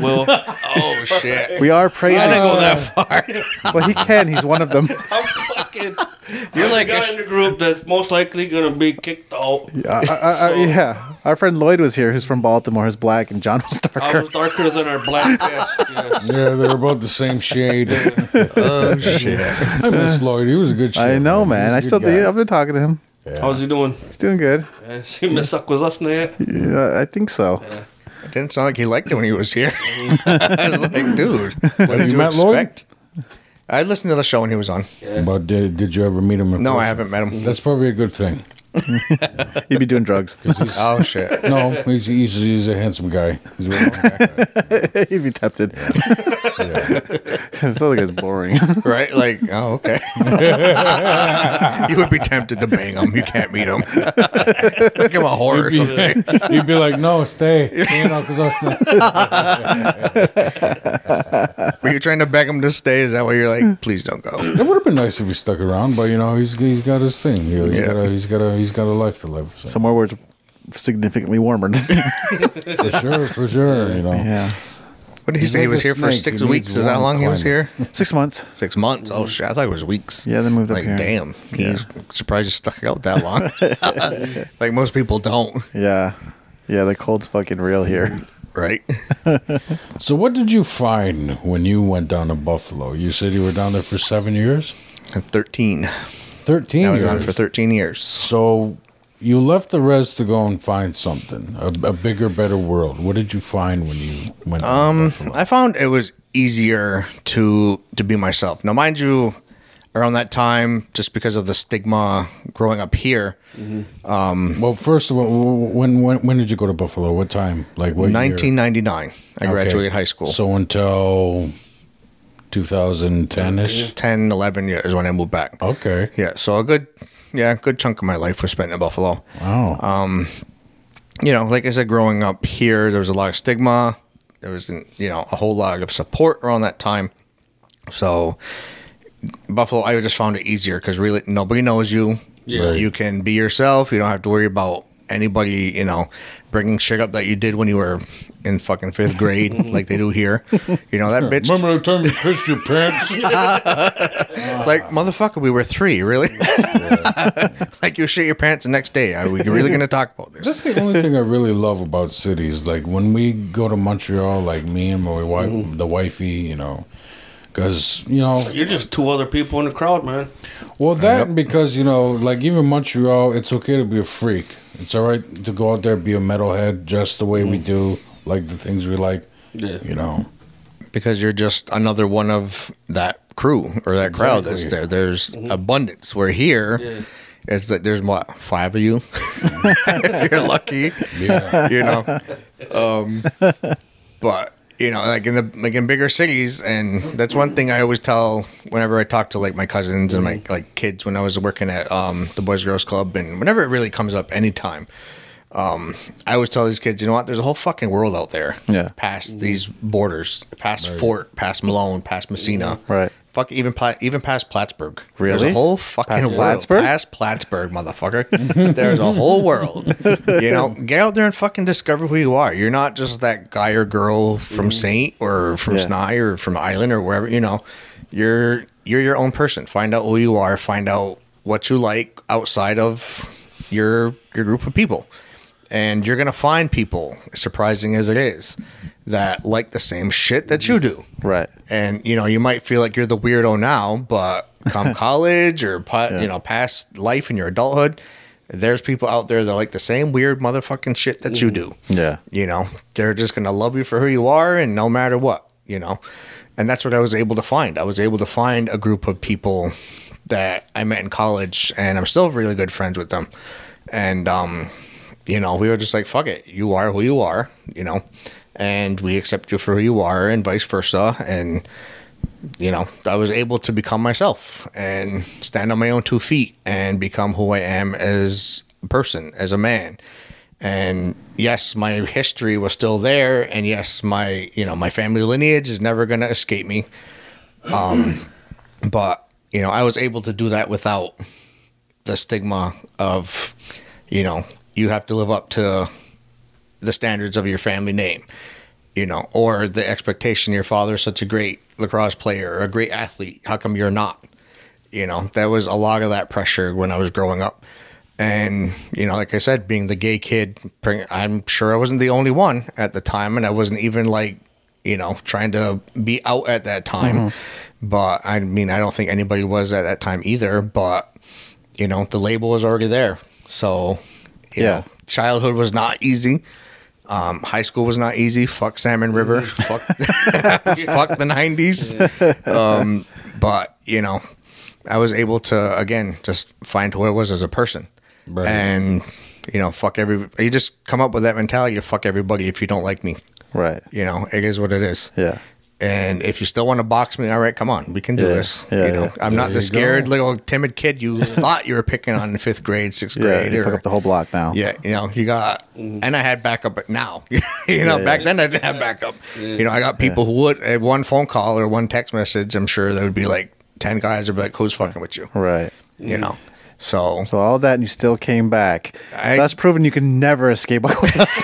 will. oh shit! we are I praising. didn't go that far. well, he can. He's one of them. I'm fucking. You're like guy in the group that's most likely gonna be kicked out. Uh, uh, uh, yeah. Our friend Lloyd was here, who's from Baltimore, who's black, and John was Oh, I darker. was darker than our black guest. Yes. yeah, they're about the same shade. oh shit! I miss Lloyd. He was a good. Shade, I know, man. I He was a still. good guy. I've been talking to him. How's he doing? He's doing good. Is he miss up with us now yet? Yeah, I think so. Didn't sound like he liked it when he was here. I was like, dude, what did you you, met Lloyd? expect? I listened to the show when he was on. But did, did you ever meet him? In No, I person? haven't met him. That's probably a good thing. He'd be doing drugs. Oh shit! No, he's he's, he's a handsome guy. He's a real guy. He'd be tempted. Something is boring. Right? Like, oh okay. you would be tempted to bang him. You can't meet him. Like I'm a whore or something. You'd be like, no, stay. You know, 'cause us not. Were you trying to beg him to stay? Is that why you're Hmm. like, please don't go? It would have been nice if he stuck around, but you know, he's he's got his thing. You know, he's Yeah. got a he's got a he's got a life to live. So. Somewhere where it's significantly warmer. For sure, for sure. You know, yeah. What did he He's say? He like was a here for snake. six He weeks. needs Is that warm long he was climate. here? Six months. Six months. Oh shit! I thought it was weeks. Yeah, they moved up Like, here. damn. He's surprised you stuck it out that long. like most people don't, Yeah. Yeah, the cold's fucking real here. right? So, what did you find when you went down to Buffalo? You said you were down there for seven years, Thirteen. thirteen I was on years. for thirteen years. so, you left the rest to go and find something a, a bigger, better world. What did you find when you went? Um, I found it was easier to to be myself. Now, mind you, around that time, just because of the stigma growing up here, well, first of all, wh- wh- when when when did you go to Buffalo? What time? Like what? year? 1999, I Okay. graduated high school. So So until 2010 ish. 10, 11 years when I moved back. Okay. Yeah, so a good, yeah, good chunk of my life was spent in Buffalo. Wow. Uh, You know, like I said, growing up here, there was a lot of stigma. There wasn't, you know, a whole lot of support around that time. So Buffalo, I just found it easier because really nobody knows you. Yeah. You can be yourself. You don't have to worry about anybody, you know, bringing shit up that you did when you were in fucking fifth grade, like they do here. You know that bitch. Remember the time you pissed your pants? Like motherfucker, we were three, really. like you shit your pants the next day. Are we really gonna talk about this? That's the only thing I really love about cities. Like when we go to Montreal, like me and my wife, Mm-hmm. the wifey, you know, because you know, You're just two other people in the crowd, man. Uh, well, that and because you know, like even Montreal, it's okay to be a freak. It's all right to go out there be a metalhead, just the way we Mm. do, like the things we like. Yeah. You know, because you're just another one of that crew or that crowd that's there. Exactly. There's abundance. We're here. Yeah. It's like there's what five of you. if you're lucky, yeah, you know. Um, but you know, like in the like in bigger cities, and that's one thing I always tell whenever I talk to like my cousins and my Mm-hmm. like kids when I was working at um, the Boys and Girls Club, and whenever it really comes up, anytime. um, I always tell these kids, you know what? There's a whole fucking world out there. Yeah. Past these borders, past Fort, past Malone, past Messina. Right. Fuck even Pla- even past Plattsburgh. There's Really? a whole fucking Past world. Plattsburgh? Past Plattsburgh, motherfucker. There's a whole world. You know, get out there and fucking discover who you are. You're not just that guy or girl from Saint or from Yeah. Snai or from Island or wherever. You know, you're you're your own person. Find out who you are. Find out what you like outside of your your group of people and you're gonna find people, surprising as it is, that like the same shit that you do. Right. And you know, you might feel like you're the weirdo now, but come college or pa- you know, past life in your adulthood, there's people out there that like the same weird motherfucking shit that you do. Yeah. You know, they're just gonna love you for who you are, and no matter what, you know. And that's what I was able to find. I was able to find a group of people that I met in college, and I'm still really good friends with them. And um, you know, we were just like, "Fuck it, you are who you are," you know. and we accept you for who you are, and vice versa. And you know, I was able to become myself and stand on my own two feet and become who I am as a person, as a man. And yes, my history was still there, and yes, my you know my family lineage is never going to escape me. Um, but you know, I was able to do that without the stigma of you know you have to live up to the standards of your family name, you know, or the expectation your father's such a great lacrosse player or a great athlete. How come you're not? You know, there was a lot of that pressure when I was growing up. And, you know, like I said, being the gay kid, bring- I'm sure I wasn't the only one at the time. And I wasn't even like, you know, trying to be out at that time. But I mean, I don't think anybody was at that time either. But, you know, the label was already there. So, you Yeah. know, childhood was not easy. Um, high school was not easy. Fuck Salmon River. fuck, fuck the nineties. Um, but you know, I was able to again just find who I was as a person, Right. and you know, fuck every. You just come up with that mentality. You fuck everybody if you don't like me. Right. You know, it is what it is. Yeah. And if you still want to box me, all right, come on, we can do Yeah, this. yeah, you know, yeah. I'm not you go. the scared little timid kid you thought you were picking on in fifth grade, sixth Yeah. grade. You or- fuck up the whole block now. yeah, you know, you got, and I had backup now. you know, Mm-hmm. yeah. back then I didn't have backup. You know, I got people who would at one phone call or one text message. I'm sure there would be like ten guys would be like, "Who's fucking with you?" Right. Mm-hmm. You know, so So all that, and you still came back. I- That's proven you can never escape with us.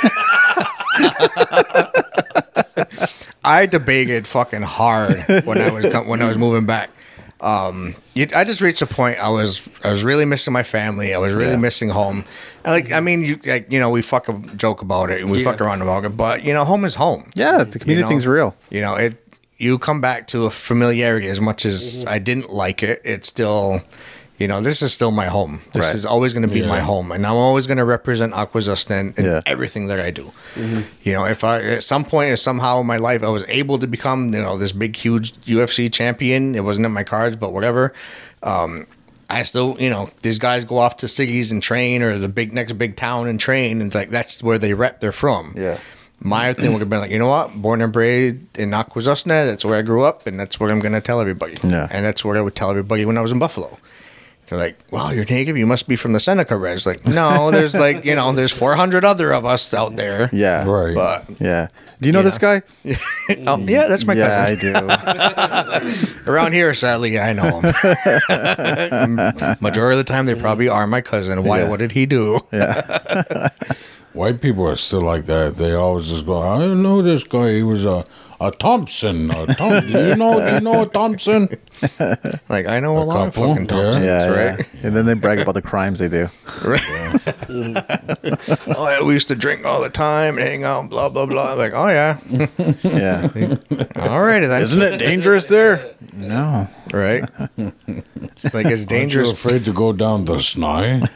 I debated fucking hard when I was com- when I was moving back. Um, you, I just reached a point. I was I was really missing my family. I was really Yeah. missing home. And like I mean, you like you know, we fucking joke about it and we fuck around about it, but you know, home is home. yeah, the community You know? thing's real. You know, it you come back to a familiarity as much as Mm-hmm. I didn't like it, it's still you know, this is still my home. This Right. is always going to be my Yeah. home, and I'm always going to represent Aquazustan in Yeah. Mm-hmm. everything that I do. You know, if I at some point, if somehow in my life I was able to become, you know, this big, huge UFC champion, it wasn't in my cards, but whatever. Um, I still, you know, these guys go off to cities and train or the big next big town and train, and like that's where they rep they're from. Yeah. My thing would have been like, you know what? Born and bred in Aquazusna, that's where I grew up, and that's what I'm going to tell everybody. Yeah. And that's what I would tell everybody when I was in Buffalo. They're like, "Wow, you're native. You must be from the Seneca Res." Like, no, there's like you know, there's 400 other of us out there. Yeah. Right. but Yeah. Do you know this guy? oh, yeah, that's my yeah, cousin. I do. Around here, sadly, I know him. Majority of the time, they probably are my cousin. Why? Yeah. What did he do? White people are still like that. They always just go, I know this guy. He was a, a Thompson. A Thom- you know, you know a Thompson. Like, I know a, lot couple, of fucking Thompsons, yeah, yeah. right? And then they brag about the crimes they do. Oh, yeah, we used to drink all the time, and hang out, blah blah blah. like, oh yeah, Yeah. alrighty then, Isn't it dangerous there? No. Right? Like it's Aren't you dangerous. afraid to go down the snai?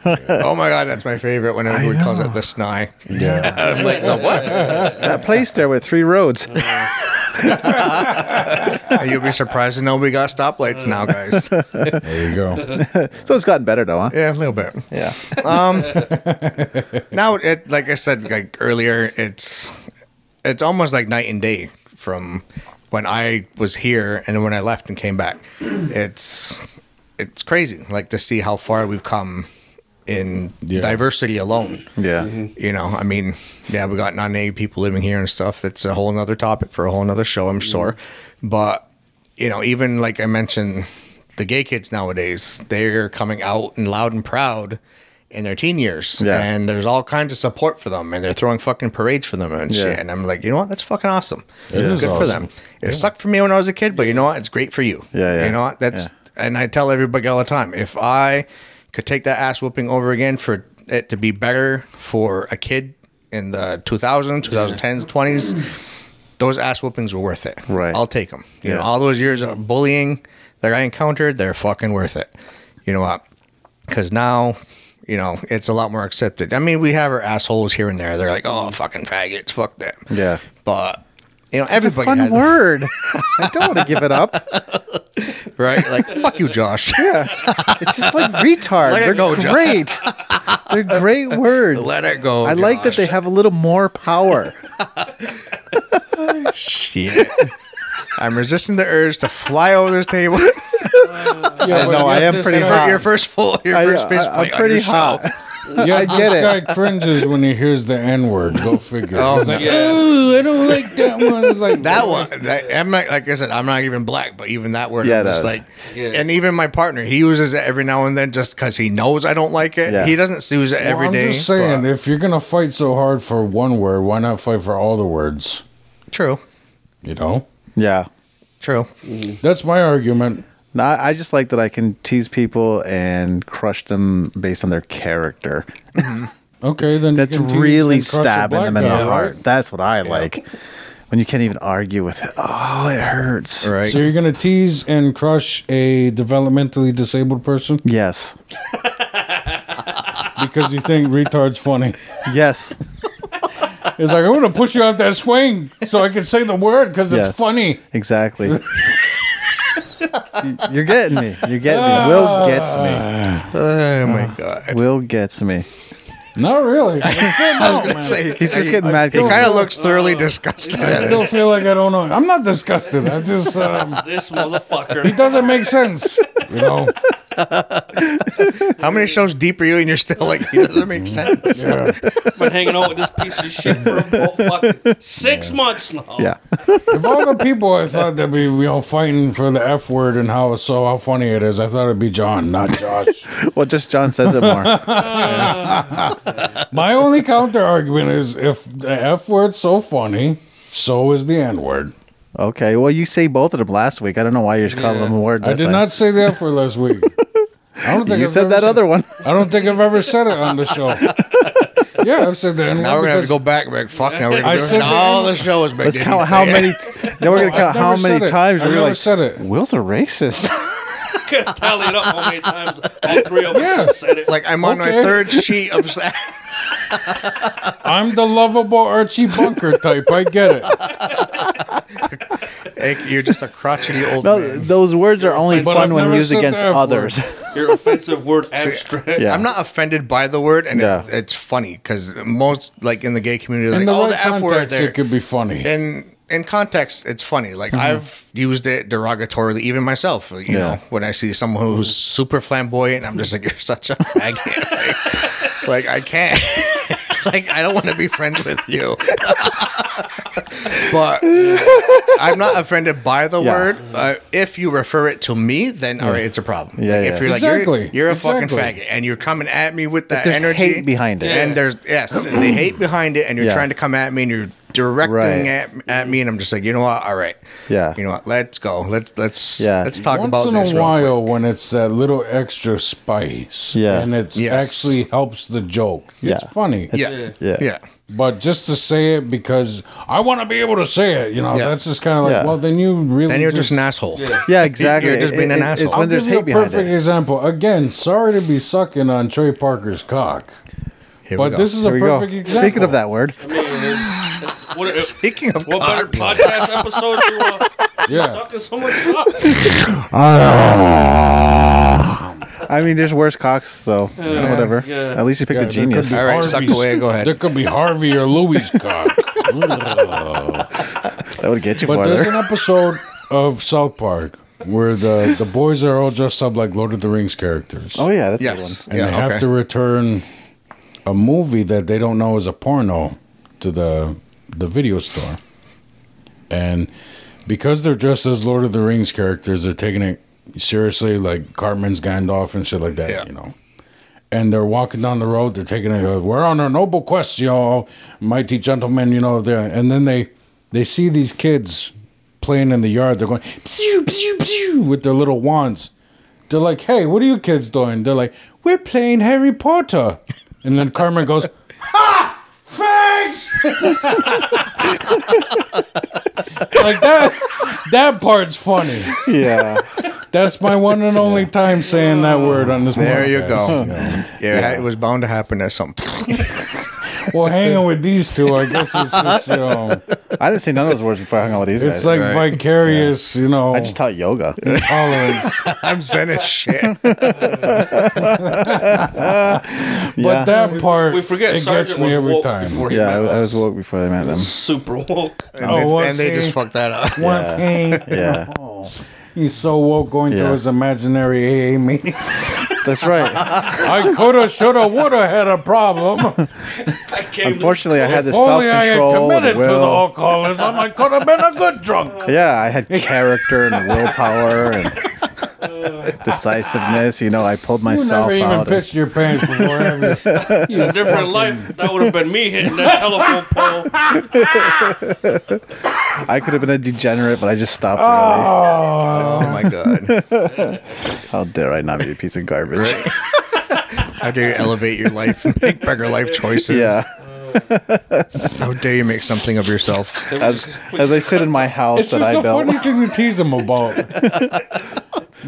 Oh my god, that's my favorite when everyone calls it the snai. Yeah. I'm like, the what? that place there with three roads. You'll be surprised to know we got stoplights now, guys. There you go. so it's gotten better though, huh? Yeah, a little bit. Yeah. Now, it, like I said, like earlier, it's it's almost like night and day from when I was here and when I left and came back. It's it's crazy, like to see how far we've come in Yeah. diversity alone. Yeah. You know, I mean, yeah, we got non-native people living here and stuff. That's a whole nother topic for a whole nother show, I'm sure. Mm-hmm. But you know, even like I mentioned, the gay kids nowadays they're coming out and loud and proud in their teen years, Yeah. and there's all kinds of support for them, and they're throwing fucking parades for them and Yeah. shit. And I'm like, you know what? That's fucking awesome. is Good for awesome. them. It sucked for me when I was a kid, but you know what? It's great for you. Yeah, yeah. You know what? That's and I tell everybody all the time, if I could take that ass whooping over again for it to be better for a kid in the 2000s, 2010s, 20s, those ass whoopings were worth it. Right. I'll take them. You Yeah. know, all those years of bullying that I encountered, they're fucking worth it. You know what? Because now, you know, it's a lot more accepted. I mean, we have our assholes here and there. They're like, oh, fucking faggots, fuck them. Yeah. But, you know, everybody Fun has, word. I don't want to give it up. right? Like, fuck you, Josh. It's just like retard. Let it They're go, John. great. They're great words. Let it go. I like that Josh. they have a little more power. Shit. I'm resisting the urge to fly over this table. Yeah, know, I am pretty Your- hot. your first full, your I, first fist am fight on pretty your show. hot. Yeah, I this get it. guy cringes when he hears the N word. Go figure. Oh, He's like, no. "Ooh, I don't like that one. It's like That one, that, I'm not like I said, I'm not even black, but even that word, Yeah, I'm just no. like, Yeah. and even my partner, he uses it every now and then just because he knows I don't like it. Yeah. He doesn't use it Well, every I'm day. just saying, but- if you're gonna fight so hard for one word, why not fight for all the words? True, You know, Yeah. true. that's my argument. No, I I just like that I can tease people and crush them based on their character. Okay, then you That's can tease really and crush a stabbing black them in guy, the right? heart. That's what I like. When you can't even argue with it. Oh, it hurts. Right. So you're gonna tease and crush a developmentally disabled person Yes. because you think retard's funny. Yes. It's like I'm gonna push you off that swing so I can say the word because Yeah. it's funny. Exactly. You're getting me. You're getting me. Ah. Will gets me. oh my god. Will gets me. Not really. Say, He's just he- getting mad. He kind of look. looks thoroughly disgusted. Uh, I at still it. feel like I don't know. I'm not disgusted. I just um, This it motherfucker. doesn't make sense. You know. How many shows deep are you, and you're still like, he doesn't make sense. Yeah. Been hanging out with this piece of shit for about fucking six months now. Yeah. Of all the people I thought that'd be, you know, fighting for the F word and how so how funny it is, I thought it'd be John, not Josh. Well, just John says it more. My only counter argument is if the F word's so funny, so is the N word. Okay. Well, you say both of them last week. I don't know why you're calling them a word. I this did time. not say the F word last week. I don't think You I've said ever that other one. I don't think I've ever said it on the show. Yeah, I've said the N word. Now we're gonna have to go back. and be Like, fuck. Now we're I gonna do said it. that- all the shows. Let's count how many. Now we're gonna count how many times I've we were never like, said it. "Will's a racist." Couldn't tally it up how many times all three of us Yeah. said it. Like I'm on my Okay. third sheet of. I'm the lovable Archie Bunker type. I get it. You're just a crotchety old No, man. those words are only But fun I've when never used said against the F word. others. Your offensive word abstract. Yeah. I'm not offended by the word, and Yeah. it's, it's funny because most like in the gay community, In like the all right the f word context, there. it could be funny. in in context, it's funny. Like I've used it derogatorily, even myself. You Mm-hmm. Yeah. know, when I see someone who's super flamboyant, I'm just like, you're such a faggot. like, like, I can't. like I don't want to be friends with you. but I'm not offended by the Yeah. word. Uh, if you refer it to me, then all right, it's a problem. Yeah, Like, yeah. If you're like Exactly. you're, you're a fucking Exactly. faggot and you're coming at me with that there's energy hate behind it. and there's yes, and they hate behind it, and you're Yeah. trying to come at me and you're directing Right. at, at me, and I'm just like, you know what? All right, Yeah. you know what? Let's go. Let's let's Yeah. let's talk Once about in this. a real quick. while when it's that little extra spice Yeah. and it's Yes. actually helps the joke it's Yeah. funny yeah, Yeah. yeah, but just to say it because i want to be able to say it you know Yeah. that's just kind of like Yeah. well then you really Then you're just, an asshole. Yeah, exactly. You're just being an asshole. It's I'll when there's give you a hate behind perfect it. example again sorry to be sucking on trey parker's cock Here we but go. this is There we a go. perfect example Speaking of that word, What, Speaking of what better cock, podcast episode to uh, yeah sucking someone's cock? I mean, there's worse cocks, so whatever. yeah. At least you picked Yeah, a there genius. could be All right, suck Harvey's- away, go ahead. there could be harvey or louis cock That would get you But there's farther. an episode of South Park where the, the boys are all dressed up like Lord of the Rings characters. Oh yeah, that's a good one. yes, and yeah, they okay. have to return a movie that they don't know is a porno to the the video store. And because they're dressed as Lord of the Rings characters, they're taking it seriously, like Cartman's Gandalf and shit like that, Yeah. you know. And they're walking down the road. They're taking a we're on a noble quest, you know, mighty gentlemen, you know. There and then they they see these kids playing in the yard. They're going pew pew pew with their little wands. They're like, "Hey, what are you kids doing?" They're like, "We're playing Harry Potter." And then Carmen goes, "Ha, thanks." like that. That part's funny. Yeah, That's my one and only time saying that word on this. There you go. podcast. Yeah. yeah, it was bound to happen at some point. Well, hanging with these two, I guess it's just, you know, I didn't see none of those words before I hung out with these guys. it's like right. vicarious, you know, I just taught yoga. tolerance. I'm zen as shit. yeah. But that part, We forget it Sergeant gets me was every woke time. before he yeah, met I, us. I was woke before they met them. super woke. And, Oh, they, well, and they see. just fucked that up. One thing. Yeah. Oh, he's so woke going Yeah. to his imaginary AA meetings. That's right. I coulda, shoulda, woulda had a problem. I came Unfortunately, I had this If self only I had control committed and to the will. alcoholism, I could have been a good drunk. Yeah, I had character and willpower and decisiveness. You know, I pulled You myself never even out. and- pissed your pants before. have you? You a different life. That would have been me hitting that telephone pole. I could have been a degenerate, but I just stopped early. Oh, Oh my god! How dare I not be a piece of garbage? Right? How dare you elevate your life, and make better life choices? Yeah. How dare you make something of yourself? As, as I sit in my house it's that just I a built. funny thing to tease him about.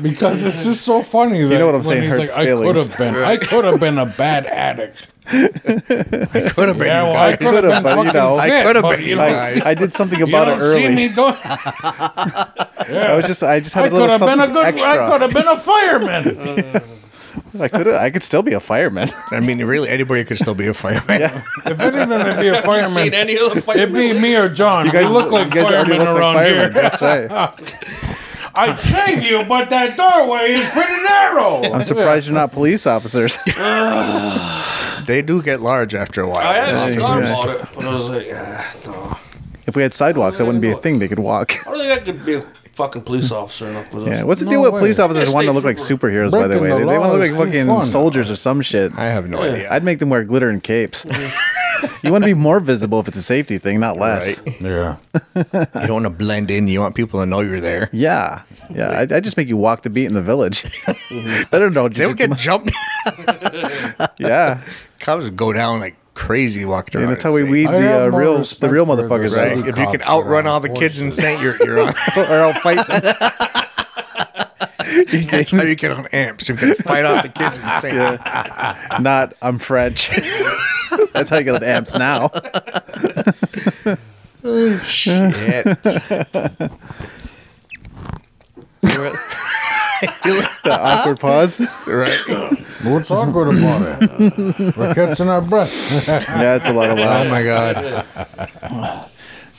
Because it's just so funny. That you know what I'm saying, He's hurts like, I could feelings." have been. I could have been a bad addict. Could have been Yeah, you well, I guys. could have been but, you fucking know, I fit, coulda but, been you you know, guys. I did something you about it don't see early. me doing. I was just, I just had I a little could have something been a good. extra. I could have been a fireman. I could, I could still be a fireman. I mean, really, anybody could still be a fireman. If anything, it'd be a Seen fireman. any other fight? It'd be me or John. You guys- we look like you guys already firemen look like around firemen, here. That's right. I'd save you, but that doorway is pretty narrow. I'm surprised you're not police officers. They do get large after a Oh, while. I had Officers. thought about it, but I was like, ah, no. if we had sidewalks, that wouldn't be a thing. They could walk. I don't think I could be a fucking police officer. Enough, was Yeah, what's the No deal with way. police officers Yeah, wanting to state look like trooper. superheroes? by the Breaking way, the they, want law to look is like too fucking fun. soldiers or some shit. I have no idea. I'd make them wear glitter and capes. you want to be more visible if it's a safety thing, not less. Right? Yeah. You don't want to blend in. You want people to know you're there. Yeah, yeah. I, I just make you walk the beat in the village. Mm-hmm. I don't know. They would just- get jumped. yeah, Cops would go down like crazy walking and around. that's how we It's weed like, I have the uh, more real the respect real for the motherfuckers city out. Right? If you can Cops outrun around all the kids in Saint, you're, you're on. or I'll fight them. That's how you get on amps. You've got to fight off the kids in Saint. Not I'm French. that's how you get on amps now. Shit. The awkward pause. right. What's awkward about it? We're catching our breath. Yeah, it's a lot of Oh laughs. my god.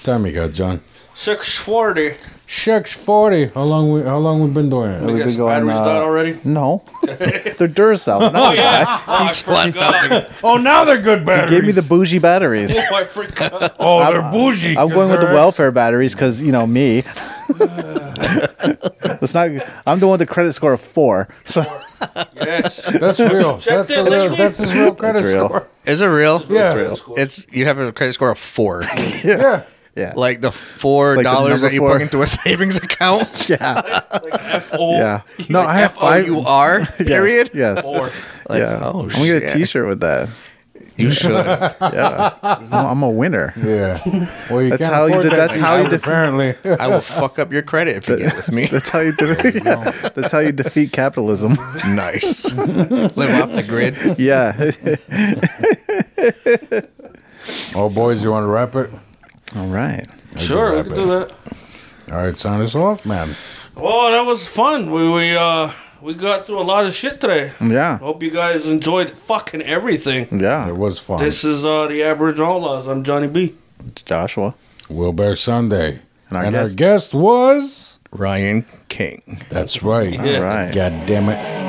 Time you got, John. Six forty. Six forty. How long we? How long we been doing it? We've Yes, been going, battery's uh, died already. No, they're Duracell. No, Yeah. Oh, I forgot. Oh, now they're good batteries. Gave me the bougie batteries. Oh, I forgot. oh, they're bougie. I'm 'cause going with the they're welfare batteries because you know me. It's not. I'm the one with the credit score of four. So Yes. ex- That's real. Check that's a that next real. week. That's his real credit That's real. score. Is it real? Yeah. It's you have a credit score of four. Yeah. yeah, like the four Like the dollars number that you four. put into a savings account. yeah, F O. yeah. No, I have F O five. U R. yeah, Period. Yes. Or Like, yeah. oh, I'm gonna get a shit. T-shirt with that. You should. Yeah. I'm, I'm a winner. Yeah. Well, you That's can't how you afford did- that that's how you t-shirt, did- Apparently. I will fuck up your credit if you get with me. That's how you. De- yeah. That's how you defeat capitalism. nice. Live off the grid. yeah. Oh, boys, you want to wrap it? All right. sure, we can do that. All right, sound us off, man. Oh, that was fun. We we uh we got through a lot of shit today. Yeah. Hope you guys enjoyed fucking everything. Yeah. It was fun. This is uh the Aboriginal Laws. I'm Johnny B. Joshua. Wilbur Sunday. And our and guest- our guest was. Ryan King. That's right. Yeah. All right. God damn it.